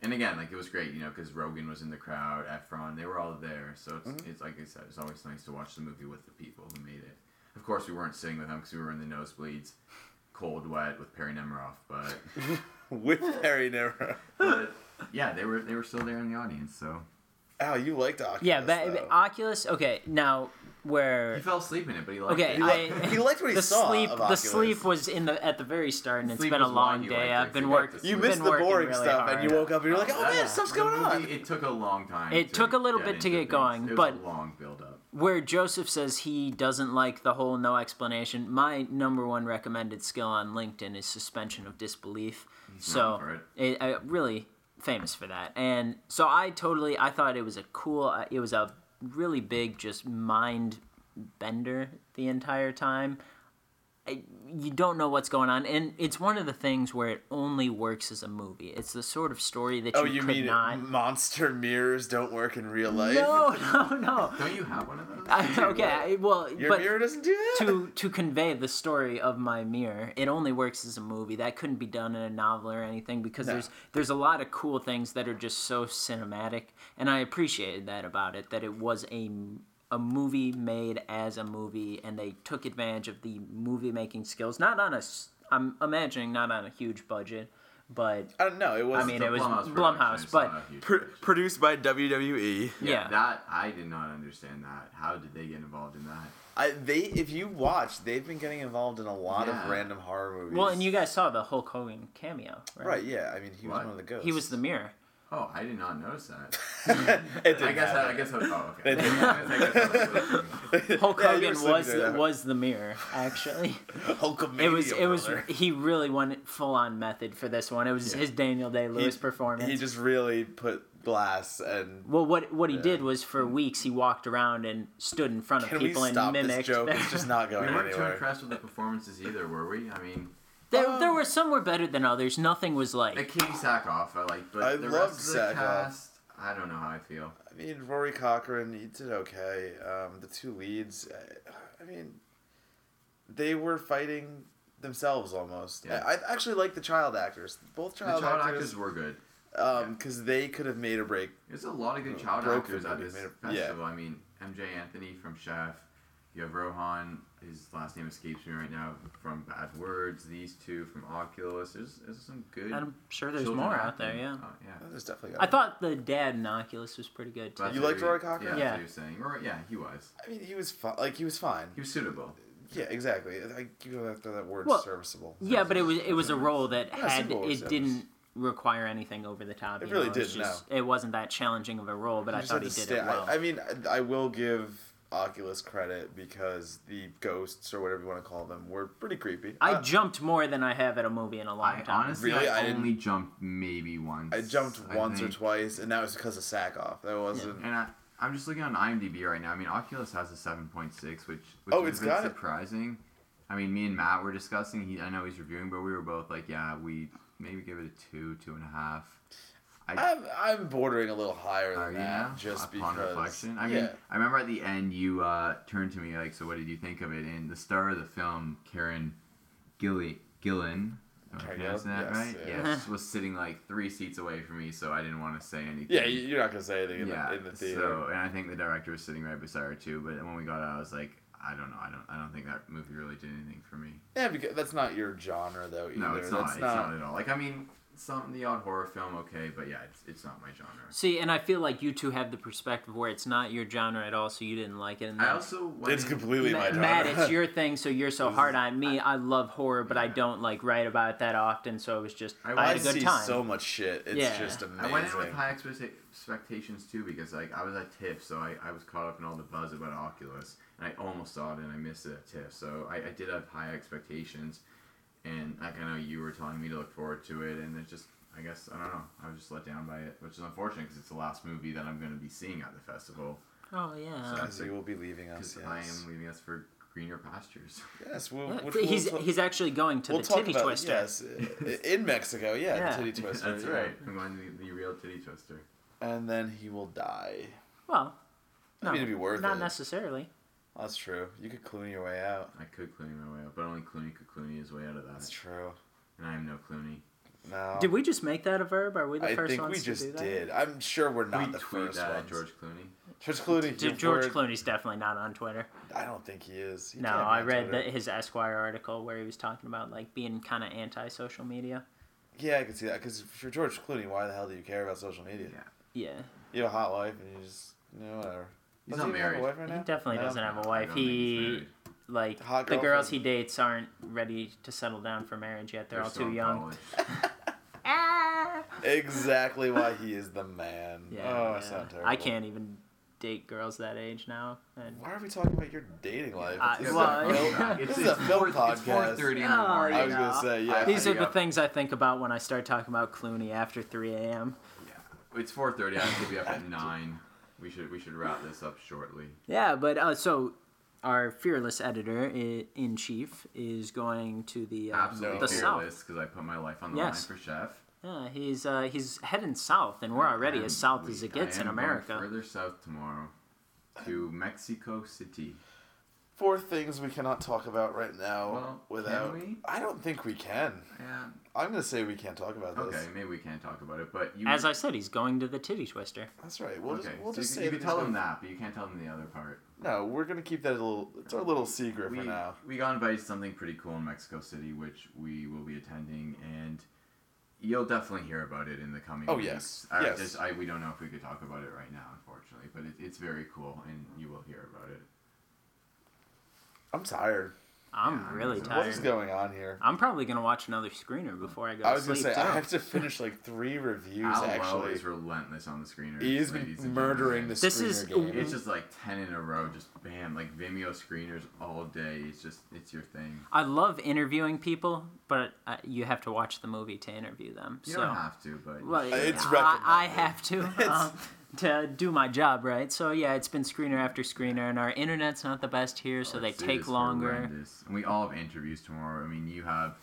Speaker 2: And again, like it was great, you know, because Rogan was in the crowd, Efron, they were all there. So it's,
Speaker 1: Mm-hmm.
Speaker 2: it's like I said, it's always nice to watch the movie with the people who made it. Of course, we weren't sitting with them because we were in the nosebleeds, cold, wet, with Perry Nemiroff.
Speaker 1: [LAUGHS]
Speaker 2: But,
Speaker 1: [LAUGHS] with Harry Nero.
Speaker 2: but yeah, they were they were still there in the audience. So
Speaker 1: Oh, you liked Oculus?
Speaker 3: yeah, but
Speaker 1: though.
Speaker 3: Oculus. Okay, now
Speaker 2: he
Speaker 3: where?
Speaker 2: fell asleep in it, but he liked
Speaker 3: Okay,
Speaker 2: it.
Speaker 1: He li-
Speaker 3: I-
Speaker 1: [LAUGHS] he liked what he
Speaker 3: the
Speaker 1: saw.
Speaker 3: sleep.
Speaker 1: of
Speaker 3: The
Speaker 1: Oculus.
Speaker 3: sleep was in the at the very start, and it's
Speaker 2: Sleep
Speaker 3: been a
Speaker 2: was why
Speaker 3: long
Speaker 2: you
Speaker 3: day.
Speaker 2: liked it,
Speaker 3: I've been
Speaker 2: you got
Speaker 3: working.
Speaker 2: to
Speaker 1: You
Speaker 2: We've
Speaker 1: missed the boring stuff, and you woke up and you're like, "Oh man,
Speaker 2: Yeah,
Speaker 1: stuff's
Speaker 2: the
Speaker 1: going on."
Speaker 2: movie- It took a long time.
Speaker 3: It
Speaker 2: to
Speaker 3: took a little bit to
Speaker 2: into
Speaker 3: get
Speaker 2: things.
Speaker 3: going,
Speaker 2: It was
Speaker 3: but-
Speaker 2: a long build up.
Speaker 3: where Joseph says he doesn't like the whole no explanation, my number one recommended skill on LinkedIn is suspension of disbelief. so
Speaker 2: known for it.
Speaker 3: It, I, really famous for that, and so I totally I thought it was a cool. uh, It was a really big just mind bender the entire time. I- You don't know what's going on, and it's one of the things where it only works as a movie. It's the sort of story that you,
Speaker 1: Oh, you
Speaker 3: could
Speaker 1: mean [LAUGHS]
Speaker 3: not.
Speaker 1: monster mirrors don't work in real life?
Speaker 3: No, [LAUGHS]
Speaker 2: [LAUGHS]
Speaker 3: no, no.
Speaker 2: Don't you have one of those?
Speaker 3: I- okay, I- well,
Speaker 1: Your
Speaker 3: but
Speaker 1: mirror doesn't do that.
Speaker 3: to to convey the story of my mirror it only works as a movie that couldn't be done in a novel or anything because
Speaker 1: No.
Speaker 3: there's there's a lot of cool things that are just so cinematic and i appreciated that about it that it was a a movie made as a movie and they took advantage of the movie making skills not on a s- i'm imagining not on a huge budget but
Speaker 1: I don't know. It was
Speaker 3: I mean,
Speaker 2: The
Speaker 3: it was
Speaker 2: Blumhouse,
Speaker 3: Blumhouse,
Speaker 2: production is
Speaker 3: but-
Speaker 2: not a huge
Speaker 1: pr-
Speaker 2: production.
Speaker 1: produced by E. WWE.
Speaker 3: yeah,
Speaker 2: That I did not understand that. How did they get involved in that?
Speaker 1: I, they, if you watch, they've been getting involved in a lot of
Speaker 2: Yeah.
Speaker 1: random horror movies.
Speaker 3: well and you guys saw the hulk hogan cameo right,
Speaker 1: right? Yeah, I mean, he was
Speaker 2: What?
Speaker 1: one of the ghosts.
Speaker 3: he was
Speaker 1: [LAUGHS]
Speaker 3: the [LAUGHS] mirror
Speaker 2: Oh, I did not notice that.
Speaker 1: it
Speaker 2: I
Speaker 1: didn't
Speaker 2: guess I, I
Speaker 1: happen.
Speaker 2: guess I, oh
Speaker 1: [LAUGHS]
Speaker 2: okay.
Speaker 1: They didn't.
Speaker 2: I guess I
Speaker 1: [LAUGHS]
Speaker 2: was looking.
Speaker 3: hulk
Speaker 1: Yeah, you were
Speaker 3: hogan
Speaker 1: sleeping
Speaker 3: was
Speaker 1: through that.
Speaker 3: was the mirror actually
Speaker 1: [LAUGHS] Hulkamania.
Speaker 3: It was it was
Speaker 1: brother.
Speaker 3: he really went full on method for this one. It was his Daniel Day Lewis
Speaker 1: He-
Speaker 3: performance.
Speaker 1: He just really put glass and
Speaker 3: well, what what he
Speaker 1: Yeah.
Speaker 3: did was for weeks he walked around and stood in front of
Speaker 1: Can we
Speaker 3: people
Speaker 1: stop
Speaker 3: and
Speaker 1: this
Speaker 3: mimicked.
Speaker 1: joke?
Speaker 3: their- [LAUGHS]
Speaker 1: It's just not
Speaker 2: we
Speaker 1: going
Speaker 2: weren't too
Speaker 1: anywhere.
Speaker 2: impressed with the performances either, were we? I mean,
Speaker 3: there, there were some were better than others. Nothing was
Speaker 2: the
Speaker 3: like
Speaker 2: Katie Sackhoff, I like, but
Speaker 1: I
Speaker 2: the
Speaker 1: loved
Speaker 2: rest of the
Speaker 1: Sackhoff.
Speaker 2: cast, I don't know how I feel.
Speaker 1: I mean, Rory Cochrane, he did okay. Um, the two leads, uh, I mean, they were fighting themselves almost.
Speaker 2: Yeah.
Speaker 1: I, I actually like the child actors, both
Speaker 2: The
Speaker 1: child,
Speaker 2: child
Speaker 1: actors,
Speaker 2: actors were good.
Speaker 1: because they could have made a break.
Speaker 2: There's a lot of good child
Speaker 1: Broke
Speaker 2: actors
Speaker 1: the
Speaker 2: at
Speaker 1: movie,
Speaker 2: this
Speaker 1: made it- yeah.
Speaker 2: festival. I mean, MJ Anthony from Chef. You have Rohan. His last name escapes me right now. From Bad Words. These two from Oculus. There's, there's some good.
Speaker 3: I'm sure there's
Speaker 2: children
Speaker 3: more out there.
Speaker 2: acting.
Speaker 3: Yeah,
Speaker 2: Oh, yeah.
Speaker 1: Oh, there's definitely.
Speaker 3: I thought the dad in Oculus was pretty good too.
Speaker 2: That's
Speaker 1: You
Speaker 2: what
Speaker 1: liked
Speaker 2: you-
Speaker 1: Roy Cochrane?
Speaker 2: Yeah,
Speaker 3: Yeah.
Speaker 2: That's what you're saying. Roy- yeah, he was.
Speaker 1: I mean, he was fine. Like he was fine.
Speaker 2: He was suitable.
Speaker 1: Yeah, exactly. I you know, that, that word
Speaker 3: Well,
Speaker 1: serviceable.
Speaker 3: yeah, but it was it was a role that
Speaker 1: Yeah,
Speaker 3: had
Speaker 1: Super Bowl was
Speaker 3: it
Speaker 1: that
Speaker 3: didn't require anything over the top.
Speaker 1: It
Speaker 3: you
Speaker 1: really
Speaker 3: know, was
Speaker 1: didn't,
Speaker 3: just- It wasn't that challenging of a role, but I
Speaker 1: just had
Speaker 3: thought he
Speaker 1: to
Speaker 3: did
Speaker 1: stay-
Speaker 3: it well.
Speaker 1: I, I mean, I, I will give Oculus credit because the ghosts or whatever you want to call them were pretty creepy.
Speaker 3: I
Speaker 1: Uh,
Speaker 3: jumped more than I have at a movie in a long
Speaker 2: I
Speaker 3: time.
Speaker 2: honestly
Speaker 1: Really?
Speaker 2: I,
Speaker 1: I
Speaker 2: only jumped maybe once.
Speaker 1: I jumped
Speaker 2: I
Speaker 1: once or
Speaker 2: think.
Speaker 1: twice, and that was because of Sackoff. That wasn't.
Speaker 2: And I, I'm just looking on IMDb right now. I mean, Oculus has a 7.6, which, which
Speaker 1: Oh,
Speaker 2: is
Speaker 1: it's
Speaker 2: a bit
Speaker 1: got it.
Speaker 2: surprising. I mean, me and Matt were discussing. He, I know he's reviewing, but we were both like, yeah, we maybe give it a two, two and a half.
Speaker 1: I'm I'm bordering a little higher
Speaker 2: Are
Speaker 1: than
Speaker 2: you
Speaker 1: that,
Speaker 2: now?
Speaker 1: just
Speaker 2: upon
Speaker 1: because.
Speaker 2: reflection. I mean,
Speaker 1: yeah.
Speaker 2: I remember at the end you uh, turned to me like, so what did you think of it? And the star of the film, Karen Gilly Gillan. Am I
Speaker 1: Karen
Speaker 2: pronouncing
Speaker 1: Gillan?
Speaker 2: that
Speaker 1: Yes,
Speaker 2: right?
Speaker 1: yeah. [LAUGHS]
Speaker 2: Yes, was sitting like three seats away from me, so I didn't want to say anything.
Speaker 1: yeah, you- you're not gonna say anything in,
Speaker 2: yeah.
Speaker 1: the, in the theater.
Speaker 2: So, and I think the director was sitting right beside her too. But when we got out, I was like, I don't know, I don't, I don't think that movie really did anything for me.
Speaker 1: Yeah, because that's not your genre though. Either.
Speaker 2: No, it's not.
Speaker 1: That's
Speaker 2: It's not at all. Like, I mean, some the odd horror film, okay, but yeah, it's, it's not my genre.
Speaker 3: See, and I feel like you two have the perspective where it's not your genre at all, so you didn't like it. And
Speaker 2: I
Speaker 3: then-
Speaker 2: also went
Speaker 1: It's completely
Speaker 3: Ma-
Speaker 1: my genre. [LAUGHS]
Speaker 3: Matt, it's your thing, so you're so
Speaker 2: This
Speaker 3: hard
Speaker 2: is-
Speaker 3: on me. I, love horror, but I don't like write about it that often, so it was just
Speaker 2: I
Speaker 3: I,
Speaker 2: watch-
Speaker 3: had
Speaker 1: I
Speaker 3: a good
Speaker 1: see
Speaker 3: time.
Speaker 1: so much shit. It's
Speaker 3: Yeah.
Speaker 1: just
Speaker 2: I
Speaker 1: amazing.
Speaker 2: went in with high expecta- expectations too because like I was at TIFF, so I, I was caught up in all the buzz about Oculus, and I almost saw it and I missed it at TIFF. So I, I did have high expectations, and like I know you were telling me to look forward to it, and it just I guess I don't know I was just let down by it, which is unfortunate because it's the last movie that I'm going to be seeing at the festival
Speaker 3: oh yeah.
Speaker 2: So-
Speaker 1: So you will be leaving us.
Speaker 2: because
Speaker 1: Yes,
Speaker 2: I am leaving us for greener pastures.
Speaker 1: yes we'll,
Speaker 3: Yeah,
Speaker 1: which
Speaker 3: he's
Speaker 1: we'll,
Speaker 3: he's actually going to
Speaker 1: we'll
Speaker 3: the
Speaker 1: talk
Speaker 3: titty
Speaker 1: about-
Speaker 3: twister.
Speaker 1: Yes, in Mexico. Yeah,
Speaker 3: Yeah.
Speaker 1: the
Speaker 3: [LAUGHS]
Speaker 1: titty twister.
Speaker 2: [LAUGHS] That's
Speaker 1: yeah.
Speaker 2: right. I'm going to the, the real titty twister.
Speaker 1: And then he will die.
Speaker 3: Well,
Speaker 1: I
Speaker 3: no,
Speaker 1: mean, it'd be worth
Speaker 3: not
Speaker 1: it.
Speaker 3: necessarily.
Speaker 1: That's true. You could Clooney your way out.
Speaker 2: I could Clooney my way out, but only Clooney could Clooney his way out of
Speaker 1: That's
Speaker 2: that,
Speaker 1: true.
Speaker 2: and I am no Clooney.
Speaker 1: No.
Speaker 3: Did we just make that a verb? Are we the
Speaker 1: Um, I
Speaker 3: first
Speaker 1: think
Speaker 3: ones
Speaker 1: we
Speaker 3: to do
Speaker 1: just
Speaker 3: that?
Speaker 1: did. I'm sure we're not
Speaker 2: we
Speaker 1: the
Speaker 2: tweet
Speaker 1: first
Speaker 2: that
Speaker 1: one.
Speaker 2: at George Clooney.
Speaker 1: George Clooney.
Speaker 3: Dude,
Speaker 1: you
Speaker 3: George
Speaker 1: were-
Speaker 3: Clooney's definitely not on Twitter.
Speaker 1: I don't think he is. He
Speaker 3: no,
Speaker 1: can't be
Speaker 3: I
Speaker 1: on
Speaker 3: read
Speaker 1: Twitter.
Speaker 3: the, his Esquire article where he was talking about like being kind of anti-social media.
Speaker 1: Yeah, I can see that. Because if you're George Clooney, why the hell do you care about social media?
Speaker 2: Yeah.
Speaker 3: Yeah,
Speaker 1: You have a hot wife, and you just you know whatever.
Speaker 2: He's
Speaker 1: Does
Speaker 2: not
Speaker 1: he even have a
Speaker 2: married.
Speaker 1: wife right
Speaker 3: he
Speaker 1: now?
Speaker 3: definitely
Speaker 1: No?
Speaker 3: doesn't have a
Speaker 2: I
Speaker 3: wife.
Speaker 2: don't think he's
Speaker 3: He
Speaker 2: married.
Speaker 3: like
Speaker 1: Hot
Speaker 3: the girls
Speaker 1: girlfriend.
Speaker 3: he dates aren't ready to settle down for marriage yet. They're, all
Speaker 2: still
Speaker 3: too
Speaker 2: in
Speaker 3: [LAUGHS] young.
Speaker 2: college.
Speaker 3: Ah!
Speaker 1: Oh, Exactly why he is the man.
Speaker 3: Yeah,
Speaker 1: oh, I
Speaker 3: yeah.
Speaker 1: sound terrible.
Speaker 3: I can't even date girls that age now. And
Speaker 1: Why are we talking about your dating life?
Speaker 3: I-
Speaker 1: This is a
Speaker 3: well,
Speaker 1: film-
Speaker 3: yeah.
Speaker 1: [LAUGHS] This is a film podcast.
Speaker 2: 4:30 in the
Speaker 3: Oh,
Speaker 2: morning.
Speaker 1: I was
Speaker 3: yeah.
Speaker 1: gonna say yeah.
Speaker 2: I-
Speaker 3: these are the
Speaker 2: yeah.
Speaker 3: things I think about when I start talking about Clooney after 3 a.m.
Speaker 2: Yeah. It's 4:30. I have to
Speaker 1: [LAUGHS]
Speaker 2: be up at nine. We should we should wrap this up shortly.
Speaker 3: Yeah, but uh, so our fearless editor i- in chief is going to the uh,
Speaker 2: Absolutely
Speaker 3: the south.
Speaker 2: fearless because I put my life on the
Speaker 3: Yes.
Speaker 2: line for Chef.
Speaker 3: Yeah, he's uh, he's heading south, and we're already
Speaker 2: I
Speaker 3: as
Speaker 2: am-
Speaker 3: south as it
Speaker 2: I
Speaker 3: gets
Speaker 2: am
Speaker 3: in
Speaker 2: going
Speaker 3: America.
Speaker 2: Further south tomorrow to Mexico City.
Speaker 1: Four things we cannot talk about right now
Speaker 2: Well,
Speaker 1: without.
Speaker 2: can we?
Speaker 1: I don't think we can.
Speaker 2: Yeah.
Speaker 1: I'm gonna say we can't talk about this.
Speaker 2: Okay, maybe we can't talk about it, but you
Speaker 3: As I said, he's going to the titty twister.
Speaker 1: That's right. We'll
Speaker 2: okay,
Speaker 1: just we'll
Speaker 2: so
Speaker 1: just
Speaker 2: you,
Speaker 1: say
Speaker 2: you
Speaker 1: that
Speaker 2: can tell
Speaker 1: there's
Speaker 2: them
Speaker 1: no-
Speaker 2: that, but you can't tell them the other part.
Speaker 1: No, we're gonna keep that a little. It's our little secret
Speaker 2: we,
Speaker 1: for now.
Speaker 2: We got invited to something pretty cool in Mexico City, which we will be attending, and you'll definitely hear about it in the coming.
Speaker 1: Oh,
Speaker 2: weeks.
Speaker 1: yes,
Speaker 2: I
Speaker 1: yes.
Speaker 2: Just, I, we don't know if we could talk about it right now, unfortunately, but it, it's very cool, and you will hear about it.
Speaker 1: I'm tired.
Speaker 3: I'm
Speaker 2: Yeah,
Speaker 3: really
Speaker 2: so-
Speaker 1: What is
Speaker 3: tired.
Speaker 1: going on here?
Speaker 3: I'm probably gonna watch another screener before I go
Speaker 1: I
Speaker 3: to
Speaker 1: was gonna
Speaker 3: sleep.
Speaker 1: say I
Speaker 3: too.
Speaker 1: have to finish like three reviews
Speaker 2: Al Lowe
Speaker 1: actually.
Speaker 2: is relentless on the screener.
Speaker 1: He has been murdering the
Speaker 3: This
Speaker 1: screener
Speaker 3: is-
Speaker 1: game.
Speaker 2: It's just like ten in a row, just bam, like Vimeo screeners all day. It's just it's your thing.
Speaker 3: I love interviewing people, but uh, you have to watch the movie to interview them.
Speaker 2: You
Speaker 3: so,
Speaker 2: don't have to, but
Speaker 3: well,
Speaker 1: It's
Speaker 3: I, I
Speaker 1: recommended.
Speaker 3: have
Speaker 1: [LAUGHS]
Speaker 3: to um, to do my job, right? So yeah, it's been screener after screener, and our internet's not the best here, so they
Speaker 2: It
Speaker 3: take
Speaker 2: is
Speaker 3: longer.
Speaker 2: horrendous. And we all have interviews tomorrow. I mean, you have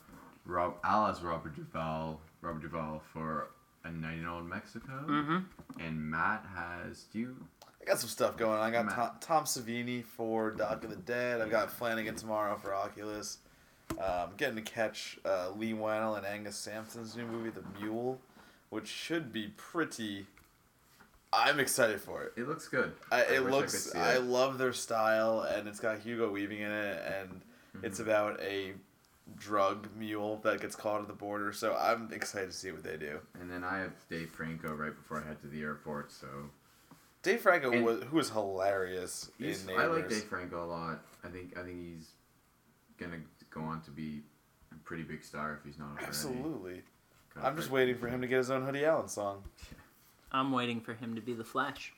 Speaker 2: Rob Alice Robert Duval, Robert Duval for a night in old Mexico,
Speaker 3: Mm-hmm.
Speaker 2: and Matt has do you?
Speaker 1: I got some stuff going. on. I got
Speaker 2: Matt.
Speaker 1: Tom, Tom Savini for Doc of the Dead. I've got Flanagan tomorrow for Oculus. Um, getting to catch uh, Lee Wannell and Angus Sampson's new movie, The Mule, which should be pretty. I'm excited for it.
Speaker 2: It looks good.
Speaker 1: I,
Speaker 2: wish
Speaker 1: it
Speaker 2: could
Speaker 1: looks.
Speaker 2: see
Speaker 1: I,
Speaker 2: it.
Speaker 1: love their style, and it's got Hugo Weaving in it, and it's
Speaker 2: Mm-hmm.
Speaker 1: about a drug mule that gets caught at the border. So I'm excited to see what they do.
Speaker 2: and then I have Dave Franco right before I head to the airport. So
Speaker 1: Dave Franco,
Speaker 2: And-
Speaker 1: was, who is hilarious
Speaker 2: he's,
Speaker 1: in Neighbors.
Speaker 2: I like Dave Franco a lot. I think I think he's gonna go on to be a pretty big star if he's not already.
Speaker 1: Absolutely.
Speaker 2: Kind of
Speaker 1: I'm just
Speaker 2: like-
Speaker 1: waiting for him to get his own Hoodie Allen song.
Speaker 3: I'm waiting for him to be the Flash.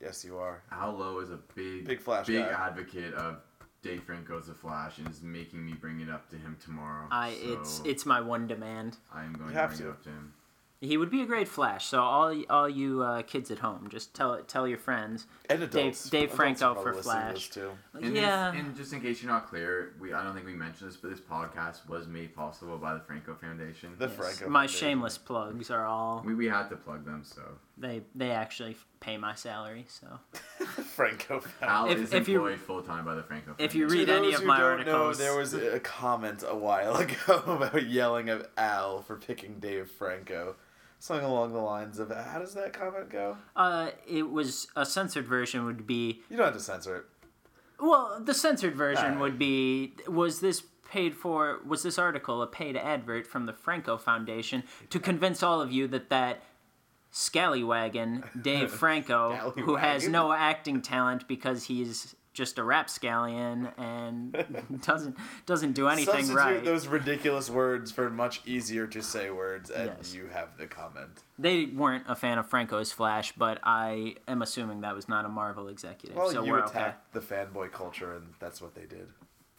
Speaker 1: Yes, you are.
Speaker 2: Al Lowe is a big,
Speaker 1: Big Flash
Speaker 2: big
Speaker 1: guy.
Speaker 2: advocate of Dave Franco's The Flash, and is making me bring it up to him tomorrow.
Speaker 3: I
Speaker 2: so
Speaker 3: it's it's my one demand.
Speaker 2: I'm going
Speaker 1: You
Speaker 2: to
Speaker 1: have
Speaker 2: bring
Speaker 1: to.
Speaker 2: it up to him.
Speaker 3: He would be a great Flash. So all all you uh, kids at home, just tell tell your friends.
Speaker 1: And adults.
Speaker 3: Dave
Speaker 1: Adults
Speaker 3: Franco
Speaker 1: are probably
Speaker 3: for
Speaker 1: listening to this
Speaker 3: Flash.
Speaker 1: Too.
Speaker 2: And,
Speaker 3: yeah.
Speaker 2: this, and just in case you're not clear, we I don't think we mentioned this, but this podcast was made possible by the Franco Foundation.
Speaker 1: The
Speaker 3: Yes.
Speaker 1: Franco.
Speaker 3: my
Speaker 1: Foundation.
Speaker 3: shameless plugs are all
Speaker 2: we, we had to plug them, so
Speaker 3: they they actually pay my salary. So
Speaker 1: [LAUGHS] Franco. Foundation.
Speaker 2: Al
Speaker 3: If-
Speaker 2: is
Speaker 3: if you-
Speaker 2: employed full time by the Franco Foundation.
Speaker 3: if you read
Speaker 1: to
Speaker 3: any
Speaker 1: those
Speaker 3: of
Speaker 1: who
Speaker 3: my
Speaker 1: don't know,
Speaker 3: articles,
Speaker 1: there was a comment a while [LAUGHS] ago about yelling at Al for picking Dave Franco. Something along the lines of, how does that comment go?
Speaker 3: uh, it was a censored version would be
Speaker 1: You don't have to censor it.
Speaker 3: well the censored version
Speaker 1: Alright.
Speaker 3: would be was this paid for was this article a paid advert from the Franco Foundation to convince all of you that that
Speaker 1: [LAUGHS]
Speaker 3: scallywagon Dave Franco, who has
Speaker 1: Scallywagon?
Speaker 3: no acting talent because he's just a rapscallion
Speaker 1: [LAUGHS]
Speaker 3: and doesn't doesn't do anything
Speaker 1: Substitute
Speaker 3: right.
Speaker 1: those ridiculous words for much easier to say words, and
Speaker 3: Yes.
Speaker 1: you have the comment.
Speaker 3: They weren't a fan of Franco's Flash, but I am assuming that was not a Marvel executive.
Speaker 1: Well,
Speaker 3: so
Speaker 1: you
Speaker 3: we're okay.
Speaker 1: attacked the fanboy culture, and that's what they did.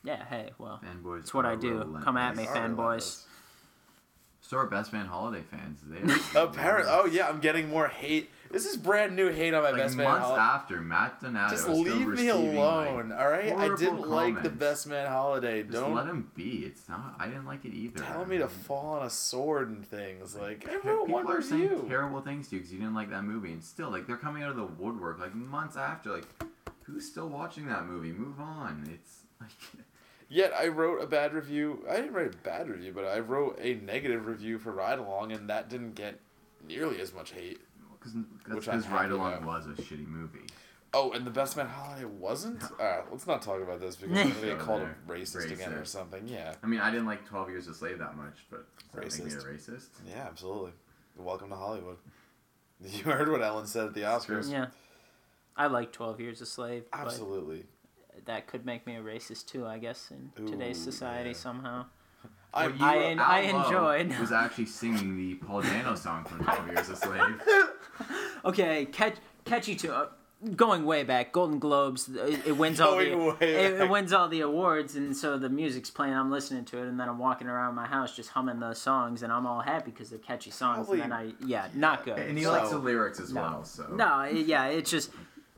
Speaker 3: Yeah, hey, well,
Speaker 2: Fanboys
Speaker 3: it's what
Speaker 2: are
Speaker 3: I do. Come at
Speaker 2: relentless.
Speaker 3: me,
Speaker 1: They are
Speaker 3: fanboys.
Speaker 1: relentless.
Speaker 2: So are Best Man Holiday fans.
Speaker 1: [LAUGHS]
Speaker 2: They
Speaker 1: Apparently, oh yeah, I'm getting more hate. This is brand new hate on my
Speaker 2: like
Speaker 1: best man.
Speaker 2: months
Speaker 1: holiday.
Speaker 2: after Matt Donato.
Speaker 1: Just
Speaker 2: is still
Speaker 1: leave me
Speaker 2: receiving,
Speaker 1: alone,
Speaker 2: Like,
Speaker 1: all right? I
Speaker 2: horrible
Speaker 1: didn't like the
Speaker 2: comments.
Speaker 1: best man holiday.
Speaker 2: Just
Speaker 1: Don't
Speaker 2: let him be. It's not. I didn't like it either.
Speaker 1: tell me to fall on a sword and things. Like I wrote
Speaker 2: People
Speaker 1: one
Speaker 2: are saying
Speaker 1: review.
Speaker 2: terrible things to you because you didn't like that movie, and still, like, they're coming out of the woodwork, like months after. Like, who's still watching that movie? Move on. It's like, [LAUGHS]
Speaker 1: Yet I wrote a bad review. I didn't write a bad review, but I wrote a negative review for Ride Along, and that didn't get nearly as much hate. Which I'm
Speaker 2: because
Speaker 1: happy
Speaker 2: Ride Along
Speaker 1: about.
Speaker 2: was a shitty movie.
Speaker 1: Oh, and the best man holiday wasn't. Uh, let's not talk about this because we're
Speaker 2: [LAUGHS]
Speaker 1: gonna get
Speaker 2: Go
Speaker 1: called
Speaker 2: there.
Speaker 1: racist again or
Speaker 2: Racist.
Speaker 1: something. Yeah,
Speaker 2: I mean, I didn't like Twelve Years a Slave that much, but does that make me a racist?
Speaker 1: yeah, absolutely. Welcome to Hollywood. [LAUGHS] You heard what Ellen said at the Oscars.
Speaker 3: Yeah. I like 12 Years a Slave,
Speaker 1: Absolutely.
Speaker 3: but that could make me a racist too, I guess, in today's
Speaker 1: Ooh,
Speaker 3: society
Speaker 1: yeah.
Speaker 3: somehow.
Speaker 1: I,
Speaker 2: Well, you
Speaker 3: I
Speaker 2: were-
Speaker 3: en- I
Speaker 2: Al Lowe
Speaker 3: enjoyed.
Speaker 2: Was actually singing the Paul Dano song from Twelve Years a
Speaker 3: [LAUGHS]
Speaker 2: Slave.
Speaker 3: Okay, catch, catchy too. Uh, going way back, Golden Globes, uh, it, it wins all the
Speaker 1: Going way
Speaker 3: it, it
Speaker 1: back.
Speaker 3: wins all the awards, and so the music's playing. I'm listening to it, and then I'm walking around my house just humming those songs, and I'm all happy because they're catchy songs. And then I, yeah, not good.
Speaker 2: And he
Speaker 1: So-
Speaker 2: likes the lyrics as
Speaker 3: No.
Speaker 2: well, so.
Speaker 3: No, it- yeah, it's just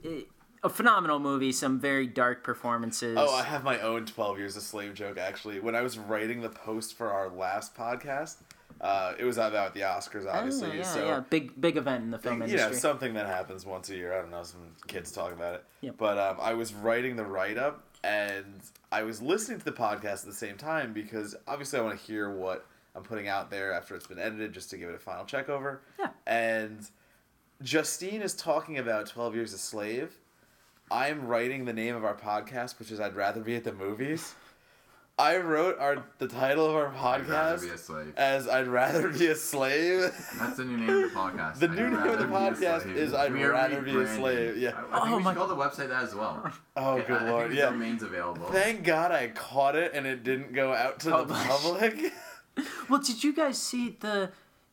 Speaker 3: it, a phenomenal movie. Some very dark performances.
Speaker 1: Oh, I have my own 12 years a slave joke actually. When I was writing the post for our last podcast, uh, it was about the Oscars,
Speaker 3: Oh,
Speaker 1: obviously.
Speaker 3: yeah,
Speaker 1: so,
Speaker 3: yeah, big big event in the film
Speaker 1: you know,
Speaker 3: industry.
Speaker 1: something that happens once a year. I don't know, some kids talk about it.
Speaker 3: Yep.
Speaker 1: But um, I was writing the write up and I was listening to the podcast at the same time because obviously I want to hear what I'm putting out there after it's been edited just to give it a final check over.
Speaker 3: Yeah.
Speaker 1: And Justine is talking about 12 Years a Slave. I'm writing the name of our podcast, which is I'd Rather Be at the Movies. I wrote our the title of our
Speaker 2: I'd rather be a
Speaker 1: podcast
Speaker 2: slave.
Speaker 1: as I'd Rather Be a Slave. [LAUGHS]
Speaker 2: That's the new name of the podcast.
Speaker 1: The
Speaker 2: I'd
Speaker 1: new name of the
Speaker 2: rather be a
Speaker 1: podcast
Speaker 2: slave.
Speaker 1: is I'd
Speaker 2: are
Speaker 1: rather be a
Speaker 2: rebranding.
Speaker 1: slave, yeah.
Speaker 2: I, I think
Speaker 3: Oh
Speaker 2: we
Speaker 3: my-
Speaker 2: should call the website that as well.
Speaker 1: [LAUGHS] Oh,
Speaker 2: Okay, I-
Speaker 1: good
Speaker 2: I think
Speaker 1: lord.
Speaker 2: the
Speaker 1: Yeah.
Speaker 2: domain's available.
Speaker 1: Thank God I caught it and it didn't go out to the
Speaker 3: Published.
Speaker 1: public.
Speaker 3: Well, did you guys see the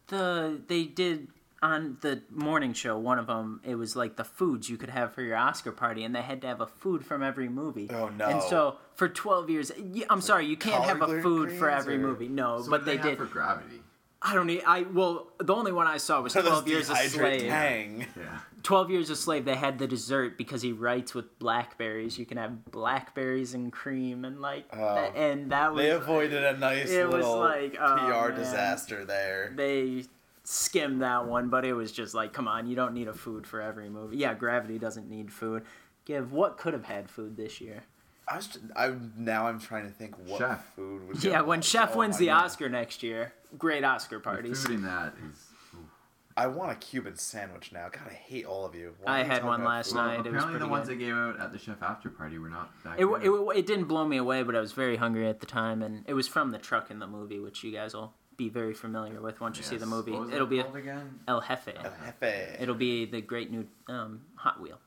Speaker 3: the they did on the morning show? One of them, it was like the foods you could have for your Oscar party, and they had to have a food from every movie.
Speaker 1: Oh, no.
Speaker 3: And so for twelve years, y- I'm sorry, you can't have a
Speaker 1: collard
Speaker 3: food for
Speaker 1: greens
Speaker 3: every
Speaker 1: or-
Speaker 3: movie. No,
Speaker 2: So what
Speaker 3: but
Speaker 2: do
Speaker 3: they,
Speaker 2: have
Speaker 3: did.
Speaker 2: for gravity.
Speaker 3: I don't. e- I well, the only one I saw
Speaker 1: [LAUGHS]
Speaker 3: was
Speaker 1: Those
Speaker 3: [LAUGHS] twelve years a
Speaker 1: dehydrate
Speaker 3: slave.
Speaker 1: Tang.
Speaker 2: Yeah.
Speaker 3: 12 Years a Slave, they had the dessert because he writes with blackberries. You can have blackberries and cream and like,
Speaker 1: Oh.
Speaker 3: and that was,
Speaker 1: They avoided a nice
Speaker 3: It was
Speaker 1: little
Speaker 3: like, oh,
Speaker 1: PR
Speaker 3: man.
Speaker 1: disaster there.
Speaker 3: they skimmed that one, but it was just like, come on, you don't need a food for every movie. Yeah, Gravity doesn't need food. Give what could have had food this year.
Speaker 1: I was, I'm now I'm trying to think what
Speaker 2: Chef.
Speaker 1: food would.
Speaker 3: Yeah,
Speaker 1: go
Speaker 3: when
Speaker 1: out.
Speaker 3: Chef
Speaker 1: Oh,
Speaker 3: wins
Speaker 1: I
Speaker 3: the
Speaker 1: know.
Speaker 3: Oscar next year, great Oscar
Speaker 2: The
Speaker 3: parties.
Speaker 2: food in that is. ooh.
Speaker 1: I want a Cuban sandwich now. God, I hate all of you. Why
Speaker 3: I
Speaker 1: are you
Speaker 3: had
Speaker 1: talking
Speaker 3: one
Speaker 1: about
Speaker 3: last
Speaker 1: food?
Speaker 3: night. it was
Speaker 2: apparently, the
Speaker 3: pretty
Speaker 2: ones
Speaker 3: good.
Speaker 2: they gave out at the chef after party were not that
Speaker 3: It, w- it,
Speaker 2: good.
Speaker 3: w- it didn't blow me away, but I was very hungry at the time, and it was from the truck in the movie, which you guys will be very familiar with once you see the
Speaker 2: Yes.
Speaker 3: movie.
Speaker 2: What was
Speaker 3: It'll
Speaker 2: it
Speaker 3: be
Speaker 2: called again.
Speaker 3: El Jefe.
Speaker 1: Jefe.
Speaker 3: It'll be the great new um, Hot Wheel.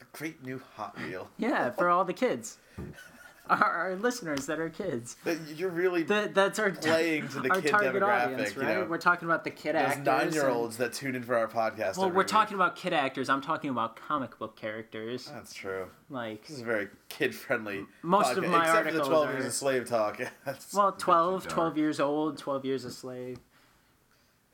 Speaker 1: A great new Hot Wheel.
Speaker 3: Yeah, for all the kids, our, our listeners that are kids.
Speaker 1: That- You're really
Speaker 3: That, that's our
Speaker 1: Playing to the
Speaker 3: our
Speaker 1: kid
Speaker 3: target audience,
Speaker 1: demographic, you
Speaker 3: right?
Speaker 1: know.
Speaker 3: We're talking about the kid
Speaker 1: those
Speaker 3: actors. and-
Speaker 1: nine-year-olds that tune in for our podcast.
Speaker 3: Well,
Speaker 1: every
Speaker 3: we're
Speaker 1: week.
Speaker 3: talking about kid actors. I'm talking about comic book characters.
Speaker 1: That's true.
Speaker 3: Like,
Speaker 1: This is a very kid-friendly.
Speaker 3: Most of
Speaker 1: podcast,
Speaker 3: my
Speaker 1: except for
Speaker 3: articles
Speaker 1: the twelve
Speaker 3: are-
Speaker 1: years of slave talk. [LAUGHS] That's-
Speaker 3: well, 12,
Speaker 2: dark.
Speaker 3: 12 years old, 12 years a slave.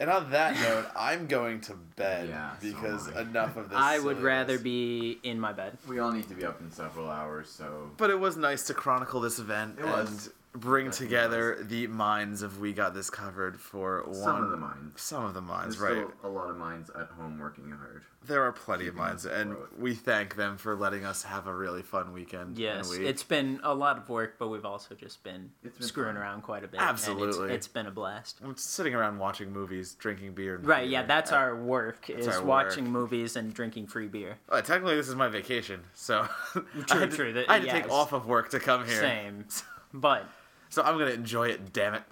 Speaker 1: And on that note, I'm going to bed
Speaker 2: Yeah, so
Speaker 1: because
Speaker 2: am I.
Speaker 1: enough
Speaker 3: [LAUGHS]
Speaker 1: of this.
Speaker 3: I would
Speaker 1: silliness.
Speaker 3: rather be in my bed.
Speaker 2: We all need to be up in several hours, so.
Speaker 1: But it was nice to chronicle this event
Speaker 2: It
Speaker 1: and
Speaker 2: was.
Speaker 1: bring
Speaker 2: Definitely
Speaker 1: together the minds of we got this covered for one.
Speaker 2: Some of the minds.
Speaker 1: Some of the minds,
Speaker 2: There's
Speaker 1: right?
Speaker 2: still a lot of minds at home working hard.
Speaker 1: There are plenty of minds,
Speaker 2: us
Speaker 1: and
Speaker 2: afloat.
Speaker 1: we thank them for letting us have a really fun weekend. and
Speaker 3: Yes,
Speaker 1: week.
Speaker 3: it's been a lot of work, but we've also just been,
Speaker 2: It's been
Speaker 3: screwing
Speaker 2: fun.
Speaker 3: around quite a bit. And
Speaker 1: Absolutely.
Speaker 3: it's, it's been a blast.
Speaker 1: I'm sitting around watching movies, drinking beer. And
Speaker 3: Right, yeah,
Speaker 1: beer.
Speaker 3: that's our work is
Speaker 1: our work.
Speaker 3: watching movies and drinking free beer.
Speaker 1: Uh, technically, this is my vacation, so [LAUGHS] I had to,
Speaker 3: true, that-
Speaker 1: I had to
Speaker 3: yes.
Speaker 1: take off of work to come here.
Speaker 3: Same. [LAUGHS] But
Speaker 1: So I'm gonna enjoy it. Damn it.